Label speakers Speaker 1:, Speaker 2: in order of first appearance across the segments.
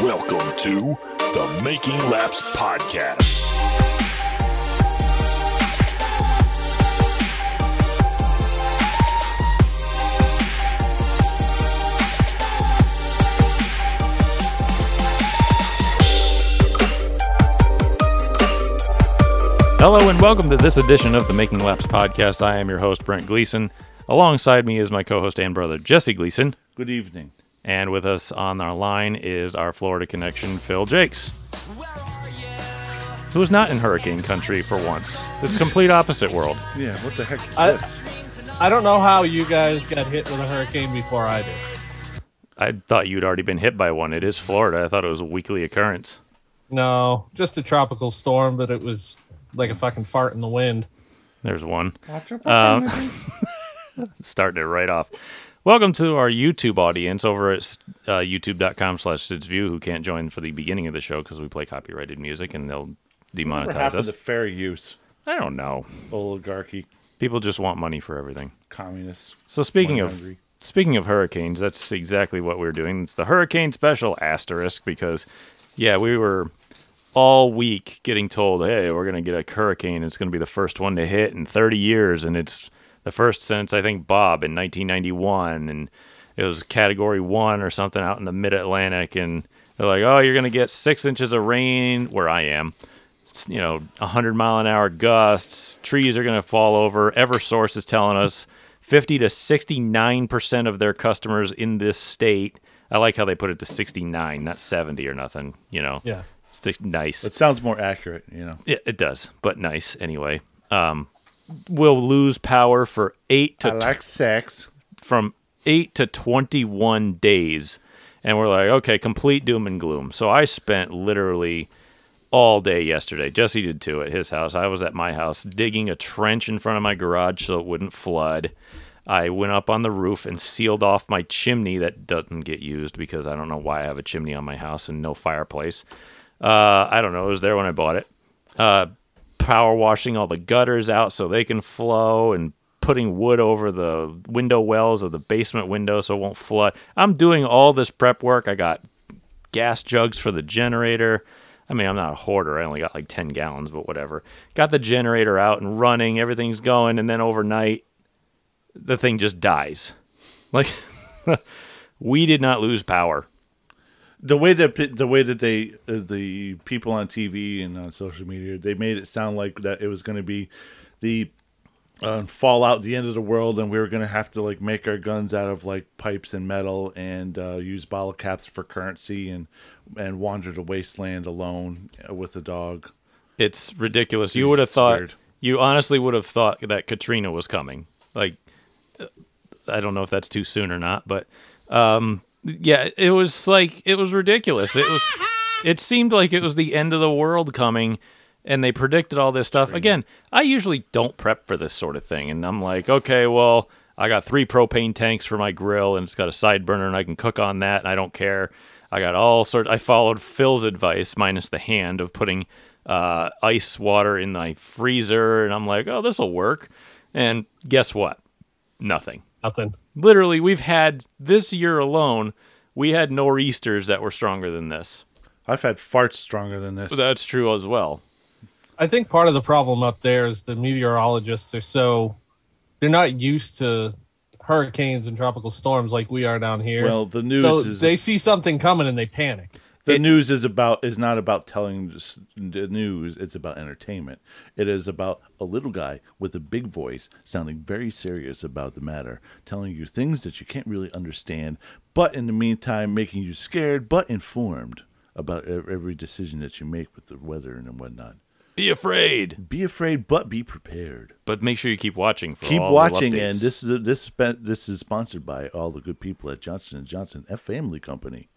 Speaker 1: Welcome to the Making Laps Podcast.
Speaker 2: Hello and welcome to this edition of the Making Laps podcast. I am your host Brent Gleason. Alongside me is my co-host and brother Jesse Gleason,
Speaker 3: Good evening.
Speaker 2: and with us on our line is our Florida connection Phil Jakes, who's not in hurricane country for once. It's complete opposite world.
Speaker 3: Yeah, what the heck is
Speaker 4: I-
Speaker 3: this?
Speaker 4: I don't know how you guys got hit with a hurricane before I did.
Speaker 2: I thought you'd already been hit by one. It is Florida. I thought it was a weekly occurrence.
Speaker 4: No, just a tropical storm, but it was like a fucking fart in the wind.
Speaker 2: There's one. Uh, starting it right off. Welcome to our YouTube audience over at uh, youtube.com slash SidsView who can't join for the beginning of the show because we play copyrighted music and they'll
Speaker 3: What
Speaker 2: demonetize
Speaker 3: happened
Speaker 2: us.
Speaker 3: to fair use?
Speaker 2: I don't know.
Speaker 3: Oligarchy,
Speaker 2: People just want money for everything.
Speaker 3: communists.
Speaker 2: So speaking
Speaker 3: Money
Speaker 2: of
Speaker 3: hungry.
Speaker 2: speaking of hurricanes, that's exactly what we're doing. It's the hurricane special asterisk because yeah, we were all week getting told, "Hey, we're going to get a hurricane. It's going to be the first one to hit in 30 years." And it's the first since I think Bob in 1991 and it was category 1 or something out in the mid-Atlantic and they're like, "Oh, you're going to get 6 inches of rain where I am." s- you know, 100 mile an hour gusts, trees are going to fall over. Eversource is telling us 50 to 69% of their customers in this state. I like how they put it to 69, not 70 or nothing, you know.
Speaker 4: Yeah.
Speaker 2: Stick nice.
Speaker 3: It sounds more accurate, you know.
Speaker 2: Yeah, it does, but nice anyway. Um will lose power for 8 to
Speaker 3: I like sex.
Speaker 2: from 8 to 21 days and we're like okay complete doom and gloom so i spent literally all day yesterday jesse did too at his house i was at my house digging a trench in front of my garage so it wouldn't flood i went up on the roof and sealed off my chimney that doesn't get used because i don't know why i have a chimney on my house and no fireplace uh, i don't know it was there when i bought it uh, power washing all the gutters out so they can flow and putting wood over the window wells of the basement window so it won't flood. I'm doing all this prep work. I got gas jugs for the generator. I mean, I'm not a hoarder. I only got like 10 gallons, but whatever. Got the generator out and running. Everything's going. And then overnight, the thing just dies. Like, we did not lose power.
Speaker 3: The way that pe- the way that they uh, the people on TV and on social media they made it sound like that it was going to be the uh, fallout, the end of the world, and we were going to have to like make our guns out of like pipes and metal and uh, use bottle caps for currency and and wander the wasteland alone uh, with a dog.
Speaker 2: It's ridiculous. You would have
Speaker 3: it's
Speaker 2: thought.
Speaker 3: weird.
Speaker 2: You honestly would have thought that Katrina was coming. Like, uh, I don't know if that's too soon or not, but um, yeah, it was like it was ridiculous. It was. it seemed like it was the end of the world coming, and they predicted all this stuff. Again, I usually don't prep for this sort of thing, and I'm like, okay, well, I got three propane tanks for my grill, and it's got a side burner, and I can cook on that, and I don't care. I got all sort. I followed Phil's advice, minus the hand of putting uh, ice water in my freezer, and I'm like, oh, this will work. And guess what? Nothing
Speaker 4: Nothing.
Speaker 2: literally we've had this year alone we had nor'easters that were stronger than this
Speaker 3: I've had farts stronger than this.
Speaker 2: that's true as well
Speaker 4: I think part of the problem up there is the meteorologists are so they're not used to hurricanes and tropical storms like we are down here.
Speaker 3: Well, the news
Speaker 4: so
Speaker 3: is-
Speaker 4: they see something coming and they panic.
Speaker 3: the
Speaker 2: It-
Speaker 3: news is about is not about telling s- the news it's about entertainment it is about a little guy with a big voice sounding very serious about the matter telling you things that you can't really understand but in the meantime making you scared but informed about e- every decision that you make with the weather and whatnot
Speaker 2: be afraid
Speaker 3: be afraid but be prepared
Speaker 2: but make sure you keep watching for
Speaker 3: keep
Speaker 2: all the
Speaker 3: watching
Speaker 2: updates.
Speaker 3: and this is a, this spe- this is sponsored by all the good people at johnson & johnson a family company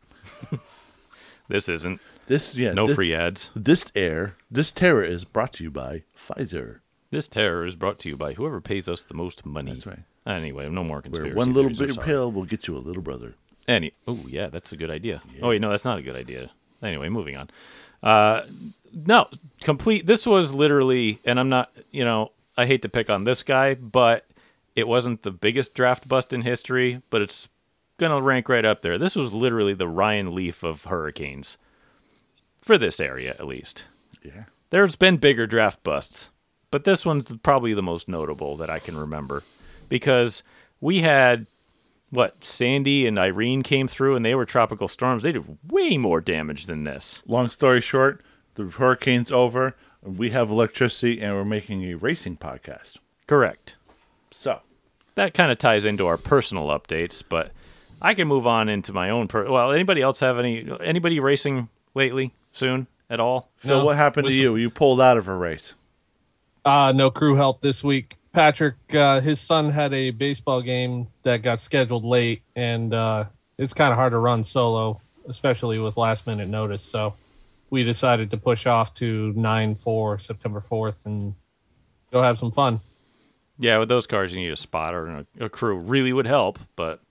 Speaker 2: this isn't
Speaker 3: this yeah
Speaker 2: no
Speaker 3: this-
Speaker 2: free ads
Speaker 3: This air, this terror is brought to you by Pfizer,
Speaker 2: this terror is brought to you by whoever pays us the most money
Speaker 3: That's right.
Speaker 2: anyway no more
Speaker 3: where
Speaker 2: conspiracy
Speaker 3: one little
Speaker 2: theories, I'm
Speaker 3: bit
Speaker 2: sorry.
Speaker 3: pill will get you a little brother.
Speaker 2: Any oh yeah, that's a good idea. Oh wait, no, that's not a good idea. Anyway, moving on. Uh, no, complete. This was literally, and I'm not. You know, I hate to pick on this guy, but it wasn't the biggest draft bust in history, but it's gonna rank right up there. This was literally the Ryan Leaf of hurricanes. for this area at least.
Speaker 3: Yeah.
Speaker 2: There's been bigger draft busts, but this one's probably the most notable that I can remember because we had what Sandy and Irene came through and they were tropical storms. They did way more damage than this.
Speaker 3: Long story short, the hurricane's over. We have electricity, and we're making a racing podcast.
Speaker 2: Correct.
Speaker 3: So
Speaker 2: That kind of ties into our personal updates, but I can move on into my own per Well, anybody else have any anybody racing lately soon at all?
Speaker 3: Phil,
Speaker 4: No,
Speaker 3: what happened to
Speaker 4: whistle.
Speaker 3: you? You pulled out of a race.
Speaker 4: Uh, no crew help this week. Patrick, uh, his son had a baseball game that got scheduled late, and uh, it's kind of hard to run solo, especially with last minute notice. So we decided to push off to 9 4, September 4th, and go have some fun.
Speaker 2: Yeah, with those cars, you need a spotter and a, a crew. Really would help, but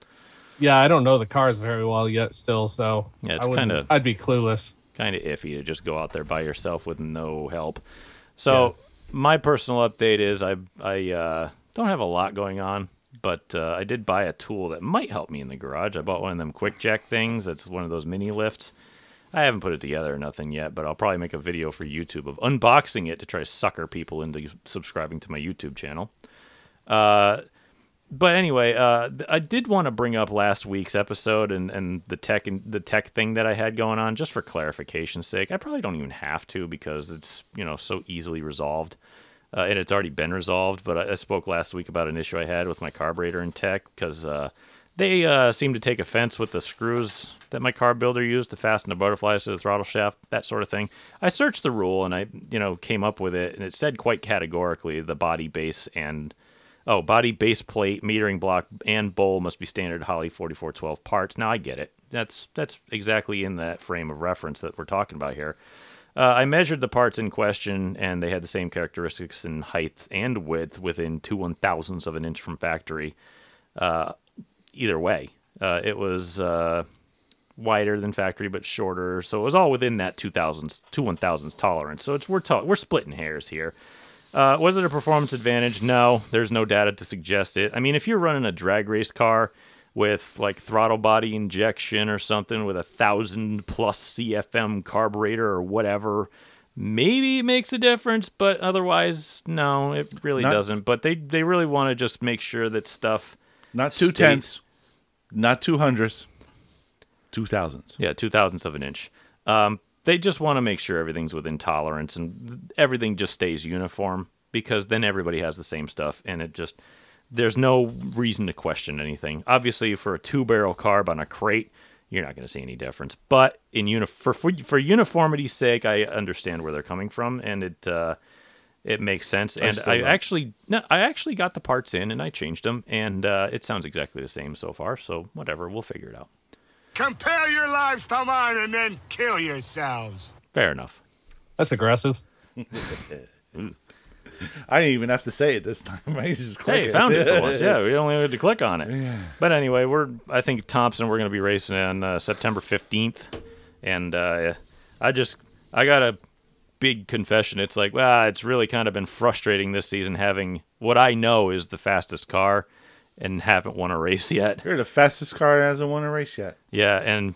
Speaker 4: Yeah, I don't know the cars very well yet, still. So
Speaker 2: Yeah, it's
Speaker 4: I wouldn't-
Speaker 2: kinda-
Speaker 4: I'd be clueless.
Speaker 2: kind of iffy to just go out there by yourself with no help. So my personal update is I I uh, don't have a lot going on, but uh, I did buy a tool that might help me in the garage. I bought one of them quick jack things. That's one of those mini lifts. I haven't put it together or nothing yet, but I'll probably make a video for YouTube of unboxing it to try to sucker people into subscribing to my YouTube channel. Uh, but anyway, uh, th- I did want to bring up last week's episode and, and the tech and the tech thing that I had going on, just for clarification's sake. I probably don't even have to because it's you know so easily resolved, uh, and it's already been resolved. But I, I spoke last week about an issue I had with my carburetor and tech because uh, they uh, seem to take offense with the screws that my car builder used to fasten the butterflies to the throttle shaft, that sort of thing. I searched the rule and I you know came up with it, and it said quite categorically the body base and Oh, body, base plate, metering block, and bowl must be standard Holly 4412 parts. Now I get it. That's that's exactly in that frame of reference that we're talking about here. Uh, I measured the parts in question, and they had the same characteristics in height and width within two one thousandths of an inch from factory. Uh, either way, uh, it was uh, wider than factory but shorter, so it was all within that two thousandths, two one thousandths tolerance. So it's we're ta- we're splitting hairs here. Uh, was it a performance advantage? No, there's no data to suggest it. I mean, if you're running a drag race car with like throttle body injection or something with a thousand plus CFM carburetor or whatever, maybe it makes a difference, but otherwise, no, it really
Speaker 3: Not-
Speaker 2: doesn't. But they, they really want to just make sure that stuff.
Speaker 3: Not two
Speaker 2: State.
Speaker 3: tenths, not two hundredths, two thousands.
Speaker 2: Yeah, two thousandths of an inch. Um, they just want to make sure everything's within tolerance and everything just stays uniform because then everybody has the same stuff and it just there's no reason to question anything. Obviously, for a two barrel carb on a crate, you're not going to see any difference. But in uni- for, for for uniformity's sake, I understand where they're coming from and it. Uh, it makes sense. And
Speaker 3: still
Speaker 2: I
Speaker 3: don't.
Speaker 2: actually, no, I actually got the parts in and I changed them, and uh, it sounds exactly the same so far. So whatever, we'll figure it out.
Speaker 5: Compare your lives to mine and then kill yourselves.
Speaker 2: Fair enough.
Speaker 4: That's aggressive.
Speaker 3: I didn't even have to say it this time. I just click
Speaker 2: Hey, found it for once. Yeah, we only had to click on it. But anyway, we're I think Thompson. We're going to be racing on uh, September fifteenth, and uh, I just I got a big confession. It's like, well, it's really kind of been frustrating this season having what I know is the fastest car, and haven't won a race yet.
Speaker 3: You're the fastest car that hasn't won a race yet.
Speaker 2: Yeah, and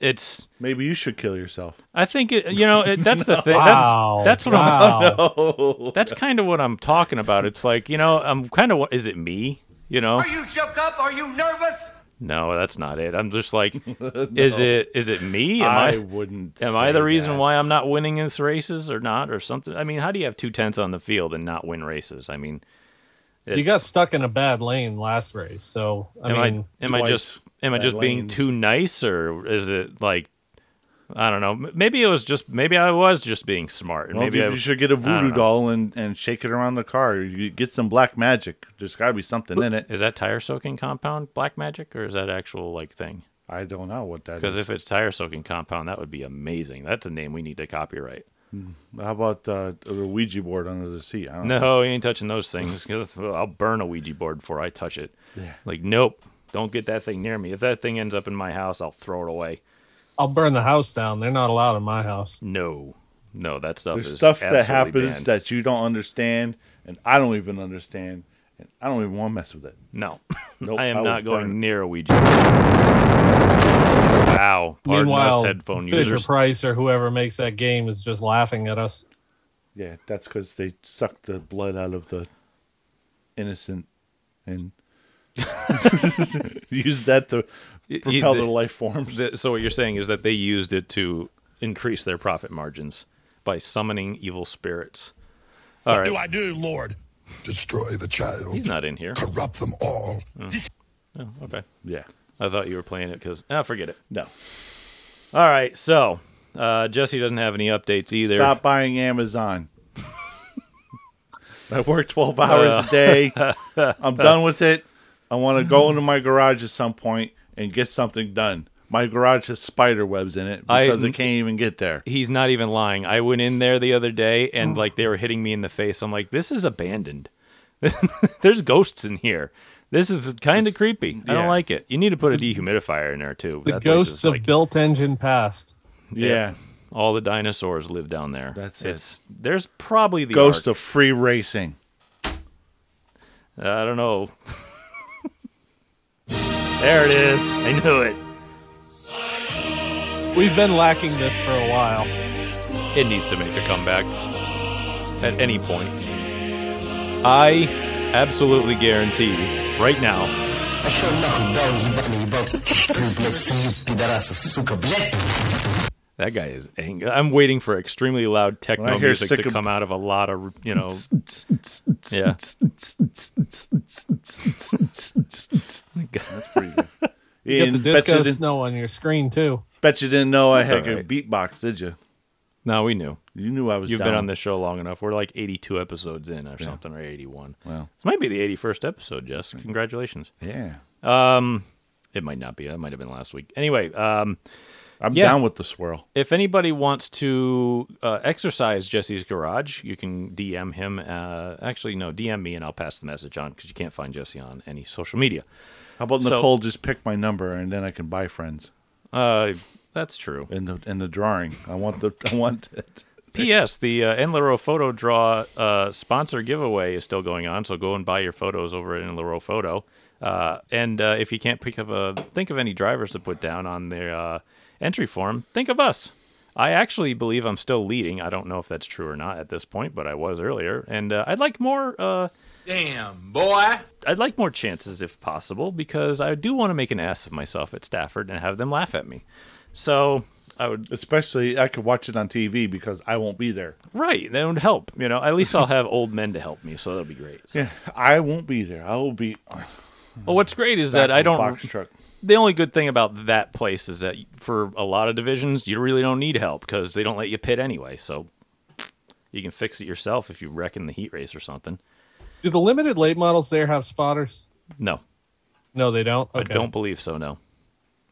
Speaker 2: it's
Speaker 3: Maybe you should kill yourself.
Speaker 2: I think it, you know it, that's the thing.
Speaker 4: Wow.
Speaker 2: That's that's what I'm
Speaker 4: wow.
Speaker 2: that's kind of what I'm talking about. It's like you know I'm kind of is it me? You know,
Speaker 5: Are you shook up? Are you nervous?
Speaker 2: No, that's not it. I'm just like, is it is it me? Am I,
Speaker 3: I, wouldn't.
Speaker 2: am I the
Speaker 3: say
Speaker 2: reason
Speaker 3: that.
Speaker 2: why I'm not winning these races or not or something? I mean, how do you have two tenths on the field and not win races? I mean,
Speaker 4: You
Speaker 2: it's-
Speaker 4: got stuck in a bad lane last race. So, I
Speaker 2: am
Speaker 4: mean,
Speaker 2: I am I
Speaker 3: twice
Speaker 2: just am I
Speaker 3: by
Speaker 2: just being
Speaker 3: lanes.
Speaker 2: too nice or is it like I don't know? M- Maybe it was just maybe I was just being smart and
Speaker 3: Well,
Speaker 2: maybe
Speaker 3: you,
Speaker 2: I
Speaker 3: you should get a
Speaker 2: I don't
Speaker 3: voodoo
Speaker 2: know.
Speaker 3: doll and, and shake it around the car. You get some black magic. There's got to be something in it.
Speaker 2: Is that tire soaking compound black magic or is that actual like thing?
Speaker 3: I don't know what that
Speaker 2: Because
Speaker 3: is.
Speaker 2: if it's tire soaking compound, that would be amazing. That's a name we need to copyright.
Speaker 3: How about uh, the Ouija board under the seat? I don't know.
Speaker 2: No, he ain't touching those things. 'cause I'll burn a Ouija board before I touch it. Like, nope, don't get that thing near me. If that thing ends up in my house, I'll throw it away.
Speaker 4: I'll burn the house down. They're not allowed in my house.
Speaker 2: No, no, that stuff
Speaker 3: There's
Speaker 2: is
Speaker 3: stuff that
Speaker 2: absolutely
Speaker 3: happens
Speaker 2: banned.
Speaker 3: that you don't understand, and I don't even understand, and I don't even want to mess with it.
Speaker 2: no,
Speaker 3: Nope,
Speaker 2: I am
Speaker 3: I would
Speaker 2: not
Speaker 3: burn it.
Speaker 2: going near a Ouija. board. Wow. Pardon
Speaker 4: Meanwhile,
Speaker 2: us headphone
Speaker 4: Fisher
Speaker 2: users.
Speaker 4: Price or whoever makes that game is just laughing at us.
Speaker 3: Yeah, that's because they sucked the blood out of the innocent and used that to
Speaker 2: Y- y-
Speaker 3: propel
Speaker 2: the-
Speaker 3: their life forms.
Speaker 2: the- so what you're saying is that they used it to increase their profit margins by summoning evil spirits. All
Speaker 6: What do
Speaker 2: right.
Speaker 6: I do, Lord? Destroy the child.
Speaker 2: He's not in here.
Speaker 6: Corrupt them all.
Speaker 2: Oh, okay.
Speaker 3: Yeah.
Speaker 2: I thought you were playing it because, ah, forget it.
Speaker 3: No.
Speaker 2: All right. So uh, Jesse doesn't have any updates either.
Speaker 3: Stop buying Amazon. I work 12 hours a day. I'm done with it. I want to go into my garage at some point and get something done. My garage has spider webs in it
Speaker 2: I-
Speaker 3: because I, can't even get there.
Speaker 2: He's not even lying. I went in there the other day and like they were hitting me in the face. I'm like, this is abandoned. There's ghosts in here. This is kind of creepy. I don't
Speaker 3: yeah.
Speaker 2: like it. You need to put a dehumidifier in there too.
Speaker 4: The
Speaker 2: That place
Speaker 4: ghosts
Speaker 2: is,
Speaker 4: of
Speaker 2: like,
Speaker 4: built engine past.
Speaker 3: Yeah.
Speaker 2: all the dinosaurs live down there.
Speaker 3: That's
Speaker 2: it. There's probably the
Speaker 3: Ghost
Speaker 2: Ark.
Speaker 3: of free racing.
Speaker 2: I don't know. there it is. I knew it.
Speaker 4: We've been lacking this for a while.
Speaker 2: it needs to make a comeback at any point. I absolutely guarantee right now. That guy is angry. I'm waiting for extremely loud
Speaker 3: When
Speaker 2: techno
Speaker 3: I hear
Speaker 2: music to
Speaker 3: sycam-
Speaker 2: come out of a lot of you know. yeah.
Speaker 3: Pretty good.
Speaker 4: You get the
Speaker 3: Ian, bet, you
Speaker 4: disco
Speaker 3: didn't,
Speaker 4: snow on your screen too.
Speaker 3: bet you didn't know I had
Speaker 2: all
Speaker 3: a
Speaker 2: right.
Speaker 3: beatbox, did you?
Speaker 2: No, we knew.
Speaker 3: You knew I was
Speaker 2: You've been
Speaker 3: down.
Speaker 2: on this show long enough. We're like 82 episodes in, or something, or 81.
Speaker 3: Well.
Speaker 2: this might be the 81st episode, Jess. Congratulations.
Speaker 3: Yeah.
Speaker 2: It might not be. That might have been last week. Anyway, um,
Speaker 3: I'm
Speaker 2: Yeah.
Speaker 3: down with the swirl.
Speaker 2: if anybody wants to uh, exercise Jesse's garage, you can DM him. Uh, actually, no, DM me and I'll pass the message on because you can't find Jesse on any social media.
Speaker 3: How about
Speaker 2: So-
Speaker 3: Nicole just pick my number and then I can buy friends
Speaker 2: Uh, that's true.
Speaker 3: in the in the drawing. I want the I want it.
Speaker 2: P.S. The uh, Enlaro Photo Draw uh, sponsor giveaway is still going on, so go and buy your photos over at Enlaro Photo. Uh, and uh, if you can't pick of a, think of any drivers to put down on their uh, entry form, think of us. I actually believe I'm still leading. I don't know if that's true or not at this point, but I was earlier, and uh, I'd like more. Uh,
Speaker 7: Damn, boy.
Speaker 2: I'd like more chances if possible because I do want to make an ass of myself at Stafford and have them laugh at me. So I would
Speaker 3: Especially I could watch it on TV because I won't be there.
Speaker 2: Right. That would help. You know, at least I'll have old men to help me, so that'll be great.
Speaker 3: Yeah, I won't be there. I will be
Speaker 2: Well, what's great is that
Speaker 3: back
Speaker 2: I
Speaker 3: in the
Speaker 2: don't.
Speaker 3: box truck.
Speaker 2: The only good thing about that place is that for a lot of divisions, you really don't need help because they don't let you pit anyway. So you can fix it yourself if you wreck in the heat race or something.
Speaker 4: Do the limited late models there have spotters?
Speaker 2: No,
Speaker 4: No, they don't.
Speaker 2: I don't believe so. No,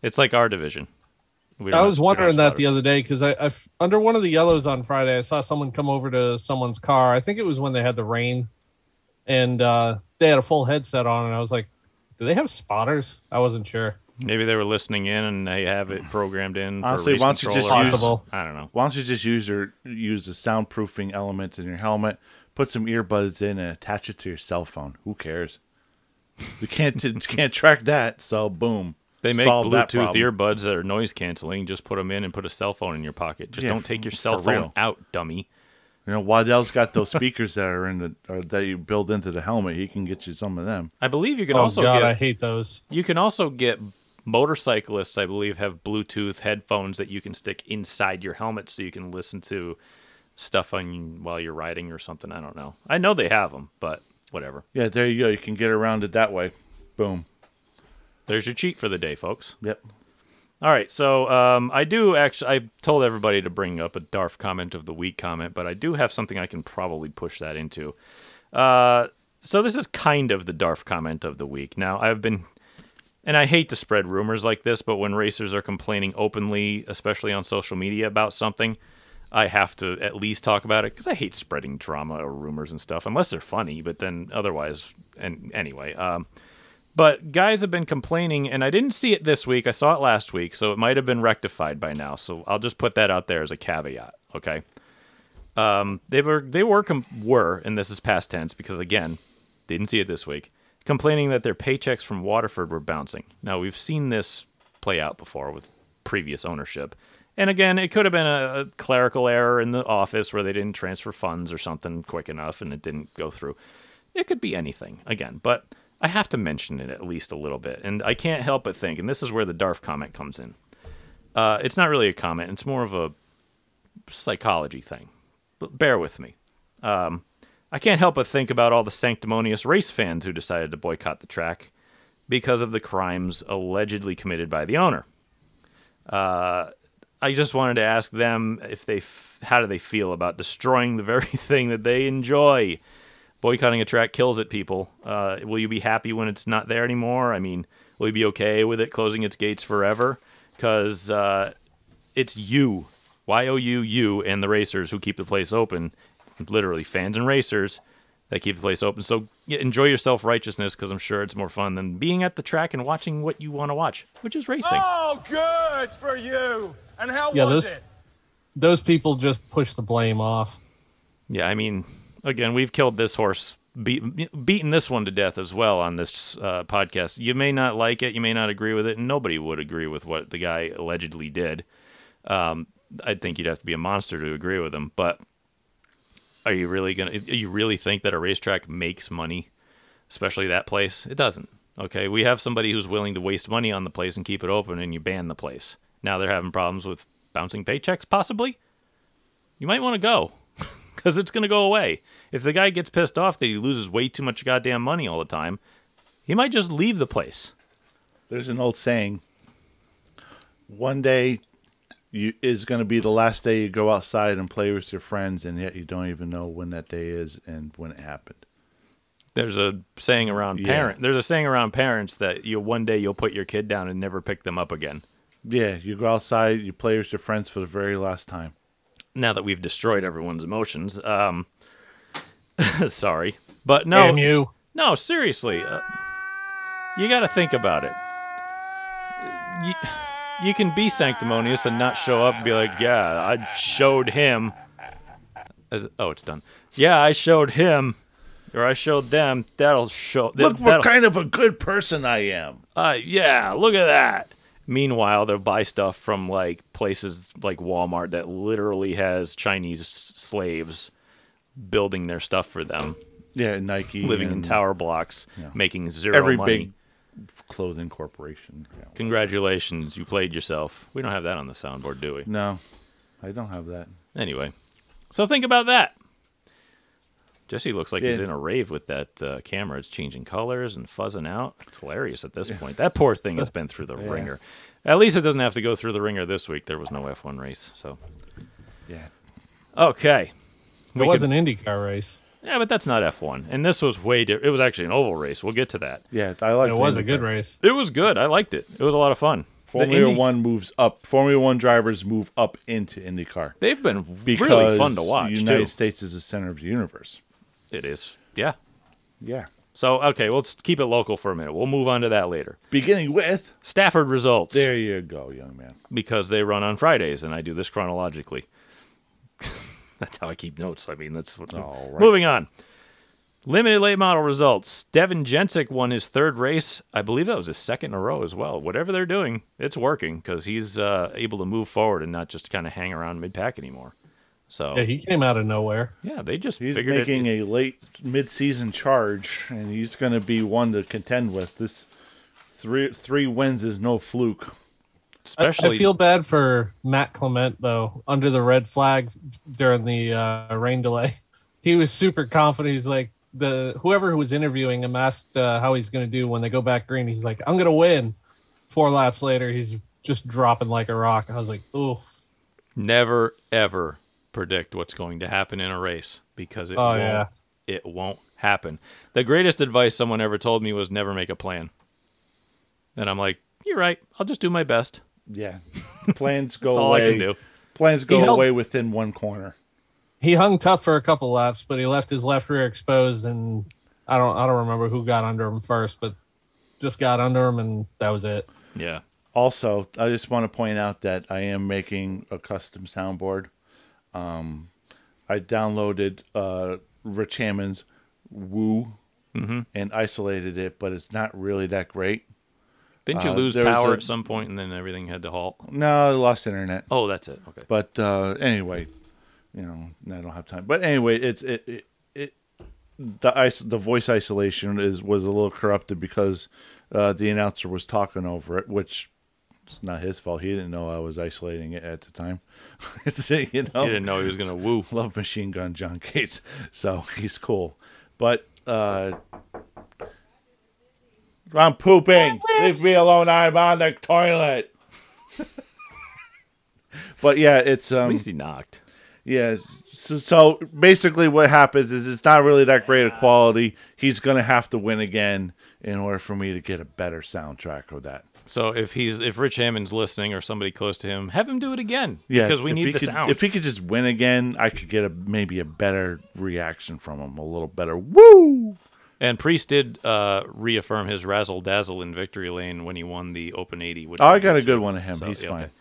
Speaker 2: it's like our division. We
Speaker 4: I
Speaker 2: don't- we
Speaker 4: was
Speaker 2: don't
Speaker 4: wondering that
Speaker 2: spotter.
Speaker 4: the other day because I, I f- under one of the yellows on Friday, I saw someone come over to someone's car. I think it was when they had the rain, and uh, they had a full headset on, and I was like, "Do they have spotters?" I wasn't sure.
Speaker 2: Maybe they were listening in and they have it programmed in. For
Speaker 3: Honestly,
Speaker 2: race
Speaker 3: why don't you
Speaker 2: control
Speaker 3: just
Speaker 2: or
Speaker 4: use-
Speaker 2: something. I don't know.
Speaker 3: Why don't you just use your use the soundproofing elements in your helmet? Put some earbuds in and attach it to your cell phone. Who cares? You can't you can't track that. So boom.
Speaker 2: They make
Speaker 3: Solve that
Speaker 2: Bluetooth
Speaker 3: problem.
Speaker 2: earbuds that are noise canceling. Just put them in and put a cell phone in your pocket. Just
Speaker 3: Yeah,
Speaker 2: don't take your
Speaker 3: for
Speaker 2: cell phone
Speaker 3: real.
Speaker 2: out, dummy.
Speaker 3: You know, Waddell's got those speakers that are in the or that you build into the helmet. He can get you some of them.
Speaker 2: I believe you can
Speaker 4: Oh
Speaker 2: also
Speaker 4: God,
Speaker 2: get
Speaker 4: I hate those.
Speaker 2: you can also get motorcyclists. I believe have Bluetooth headphones that you can stick inside your helmet so you can listen to stuff on while you're riding or something. I don't know. I know they have them, but whatever.
Speaker 3: Yeah, there you go. You can get around it that way. Boom.
Speaker 2: There's your cheat for the day, folks.
Speaker 3: Yep.
Speaker 2: All right, so um, I do actually. I told everybody to bring up a Darf comment of the week comment, but I do have something I can probably push that into. Uh, so this is kind of the Darf comment of the week. Now I've been, and I hate to spread rumors like this, but when racers are complaining openly, especially on social media about something, I have to at least talk about it because I hate spreading drama or rumors and stuff unless they're funny. But then otherwise, and anyway, um, but guys have been complaining, and I didn't see it this week. I saw it last week, so it might have been rectified by now. So I'll just put that out there as a caveat. Okay. Um, they were they were com- were, and this is past tense because again, didn't see it this week. Complaining that their paychecks from Waterford were bouncing. Now we've seen this play out before with previous ownership. And again, it could have been a, a clerical error in the office where they didn't transfer funds or something quick enough and it didn't go through. It could be anything again, but I have to mention it at least a little bit. And I can't help but think, and this is where the Darf comment comes in. Uh, it's not really a comment, it's more of a psychology thing. But bear with me. Um, I can't help but think about all the sanctimonious race fans who decided to boycott the track because of the crimes allegedly committed by the owner. Uh, I just wanted to ask them if they f- how do they feel about destroying the very thing that they enjoy. Boycotting a track kills it, people. Uh, will you be happy when it's not there anymore? I mean, will you be okay with it closing its gates forever? Because uh, it's you, Y O U U, and the racers who keep the place open. Literally, fans and racers that keep the place open. So yeah, enjoy your self righteousness because I'm sure it's more fun than being at the track and watching what you want to watch, which is racing.
Speaker 5: Oh, good for you. And how
Speaker 4: Yeah,
Speaker 5: was
Speaker 4: those-
Speaker 5: it?
Speaker 4: Those people just push the blame off.
Speaker 2: Yeah, I mean, again, we've killed this horse, beat, beaten this one to death as well on this uh, podcast. You may not like it, you may not agree with it, and nobody would agree with what the guy allegedly did. Um, I'd think you'd have to be a monster to agree with him. But are you really gonna? You really think that a racetrack makes money, especially that place? It doesn't. Okay, we have somebody who's willing to waste money on the place and keep it open, and you ban the place. Now they're having problems with bouncing paychecks, possibly. You might want to go because it's going to go away. If the guy gets pissed off that he loses way too much goddamn money all the time, he might just leave the place.
Speaker 3: There's an old saying. One day you is going to be the last day you go outside and play with your friends and yet you don't even know when that day is and when it happened.
Speaker 2: There's a saying around
Speaker 3: Yeah.
Speaker 2: parent. There's a saying around parents that you one day you'll put your kid down and never pick them up again.
Speaker 3: Yeah, you go outside, you play with your friends for the very last time.
Speaker 2: Now that we've destroyed everyone's emotions, um, sorry, but no,
Speaker 4: Damn you.
Speaker 2: No, seriously. Uh, you got to think about it. You, you can be sanctimonious and not show up and be like, yeah, I showed him. As, oh, it's done. Yeah, I showed him. Or I showed them. That'll show.
Speaker 3: Look
Speaker 2: that'll-
Speaker 3: what kind of a good person I am.
Speaker 2: uh, yeah, look at that. Meanwhile, they'll buy stuff from like places like Walmart that literally has Chinese slaves building their stuff for them,
Speaker 3: Yeah, Nike
Speaker 2: living in
Speaker 3: and
Speaker 2: tower blocks, making zero
Speaker 3: Every
Speaker 2: money.
Speaker 3: big clothing corporation. Yeah.
Speaker 2: Congratulations, you played yourself. We don't have that on the soundboard, do we?
Speaker 3: No, I don't have that.
Speaker 2: Anyway, so think about that. Jesse looks like he's
Speaker 3: Yeah.
Speaker 2: in a rave with that uh, camera. It's changing colors and fuzzing out. It's hilarious at this point. That poor thing has been through the ringer. At least it doesn't have to go through the ringer this week. There was no F1 race, so
Speaker 3: Yeah.
Speaker 2: okay.
Speaker 4: It was an IndyCar race.
Speaker 2: Yeah, but that's not F1. And this was way. Di- it was actually an oval race. We'll get to that.
Speaker 3: Yeah, I like
Speaker 4: It was a
Speaker 3: Indy
Speaker 4: good
Speaker 3: car.
Speaker 4: race.
Speaker 2: It was good. I liked it. It was a lot of fun. The
Speaker 3: Formula
Speaker 2: Indy-
Speaker 3: One moves up. Formula One drivers move up into IndyCar
Speaker 2: They've been
Speaker 3: because
Speaker 2: really fun to watch
Speaker 3: the United
Speaker 2: too.
Speaker 3: States is the center of the universe.
Speaker 2: it is. Yeah,
Speaker 3: Yeah.
Speaker 2: So okay, well, let's keep it local for a minute. We'll move on to that later.
Speaker 3: Beginning with
Speaker 2: Stafford results
Speaker 3: there you go, young man.
Speaker 2: because they run on Fridays, and I do this chronologically. that's how I keep notes. I mean, that's what.
Speaker 3: All right.
Speaker 2: Moving on. Limited late model results. Devin Jensic won his third race. I believe that was his second in a row as well. Whatever they're doing, it's working because he's uh, able to move forward and not just kind of hang around mid pack anymore. So
Speaker 4: Yeah,
Speaker 2: yeah,
Speaker 4: he came out of nowhere.
Speaker 2: they just
Speaker 3: He's
Speaker 2: figured
Speaker 3: making
Speaker 2: it.
Speaker 3: a late mid-season charge, and he's going to be one to contend with. This three three wins is no fluke.
Speaker 2: Especially
Speaker 4: I feel bad for Matt Clement though, under the red flag during the uh, rain delay. He was super confident. He's like the whoever was interviewing him asked uh, how he's going to do when they go back green. He's like, "I'm going to win." Four laps later, he's just dropping like a rock. I was like, "Oof,
Speaker 2: never ever predict what's going to happen in a race because it
Speaker 4: Oh,
Speaker 2: won't,
Speaker 4: yeah.
Speaker 2: it won't happen. The greatest advice someone ever told me was never make a plan. And I'm like, you're right. I'll just do my best.
Speaker 3: Yeah, plans go
Speaker 2: That's all
Speaker 3: away.
Speaker 2: I can do.
Speaker 3: Plans go
Speaker 4: He held-
Speaker 3: away within one corner.
Speaker 4: he hung tough for a couple laps, but he left his left rear exposed, and I don't I don't remember who got under him first, but just got under him, and that was it.
Speaker 2: Yeah.
Speaker 3: Also, I just want to point out that I am making a custom soundboard. Um, I downloaded uh, Rich Hammond's Woo and isolated it, but it's not really that great.
Speaker 2: Didn't you
Speaker 3: Uh,
Speaker 2: lose
Speaker 3: there was
Speaker 2: power
Speaker 3: a-
Speaker 2: at some point and then everything had to halt?
Speaker 3: No, I lost internet.
Speaker 2: Oh, that's it. Okay.
Speaker 3: But uh, anyway, you know, I don't have time. But anyway, it's it it, it the ice the voice isolation is was a little corrupted because uh, the announcer was talking over it, which it's not his fault. He didn't know I was isolating it at the time. it's you know
Speaker 2: He didn't know he was gonna woo.
Speaker 3: love Machine Gun John Gates, so he's cool. But uh, I'm pooping. Leave me alone. I'm on the toilet. but yeah, it's
Speaker 2: At
Speaker 3: um,
Speaker 2: least he knocked.
Speaker 3: yeah. So, so basically, what happens is it's not really that great a quality. He's gonna have to win again in order for me to get a better soundtrack of that.
Speaker 2: So if he's if Rich Hammond's listening or somebody close to him, have him do it again.
Speaker 3: Yeah,
Speaker 2: because we
Speaker 3: if he
Speaker 2: need the
Speaker 3: could-
Speaker 2: sound.
Speaker 3: If he could just win again, I could get a maybe a better reaction from him, a little better. Woo!
Speaker 2: and Priest did uh, reaffirm his razzle dazzle in victory lane when he won the Open 80. Which
Speaker 3: Oh,
Speaker 2: we'll
Speaker 3: I got
Speaker 2: get
Speaker 3: a
Speaker 2: to.
Speaker 3: good one of him.
Speaker 2: So,
Speaker 3: He's
Speaker 2: yeah,
Speaker 3: fine.
Speaker 2: okay.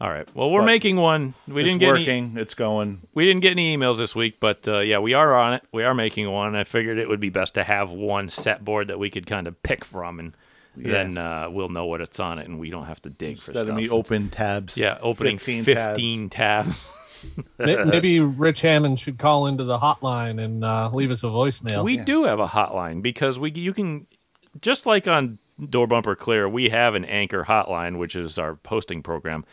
Speaker 2: All right. Well, we're
Speaker 3: But
Speaker 2: making one. We
Speaker 3: It's
Speaker 2: didn't get any.
Speaker 3: working. It's going.
Speaker 2: We didn't get any emails this week, but uh, yeah, we are on it. We are making one. I figured it would be best to have one set board that we could kind of pick from, and then uh, we'll know what it's on it, and we don't have to dig for
Speaker 3: Instead
Speaker 2: stuff.
Speaker 3: of me open tabs.
Speaker 2: yeah, opening 15,
Speaker 3: fifteen.
Speaker 2: tabs.
Speaker 4: May- Maybe Rich Hammond should call into the hotline and uh, leave us a voicemail.
Speaker 2: we do have a hotline because we you can just like on Door Bumper Clear, we have an Anchor hotline, which is our hosting program.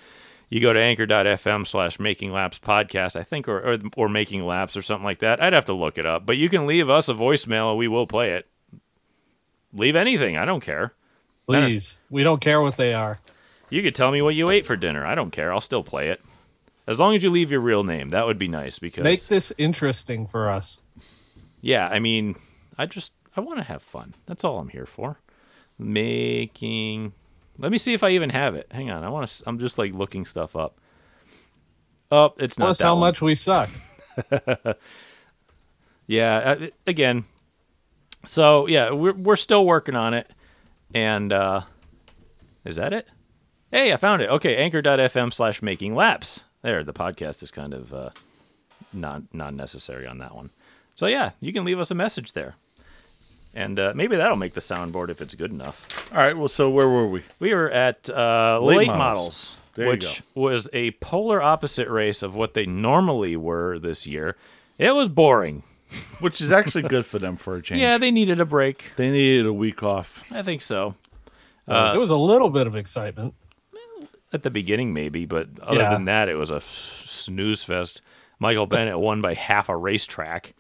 Speaker 2: You go to anchor.fm slash making laps podcast, I think, or, or or making laps or something like that. I'd have to look it up, but you can leave us a voicemail and we will play it. Leave anything, I don't care.
Speaker 4: Please, we don't care what they are.
Speaker 2: You could tell me what you ate for dinner. I don't care. I'll still play it. As long as you leave your real name, that would be nice because
Speaker 4: Make this interesting for us.
Speaker 2: yeah, I mean, I just I want to have fun. That's all I'm here for. Making. Let me see if I even have it. Hang on. I want to. I'm just like looking stuff up. Oh, it's not
Speaker 4: Plus,
Speaker 2: that
Speaker 4: how
Speaker 2: one.
Speaker 4: much we suck.
Speaker 2: Yeah. uh, Again. So yeah, we're we're still working on it, and uh, is that it? Hey, I found it. Okay, anchor.fm slash making laps. There, the podcast is kind of uh, not not necessary on that one. So yeah, you can leave us a message there, and uh, maybe that'll make the soundboard if it's good enough.
Speaker 3: All right. Well, so where were we?
Speaker 2: We were at uh, Lake,
Speaker 3: Lake
Speaker 2: Models,
Speaker 3: Models. There you
Speaker 2: which was a polar opposite race of what they normally were this year. It was boring.
Speaker 3: Which is actually good for them for a change.
Speaker 2: Yeah, they needed a break.
Speaker 3: They needed a week off.
Speaker 2: I think so. Uh,
Speaker 4: there was a little bit of excitement.
Speaker 2: At the beginning, maybe, but other
Speaker 4: Yeah.
Speaker 2: than that, it was a f- snooze fest. Michael Bennett won by half a racetrack.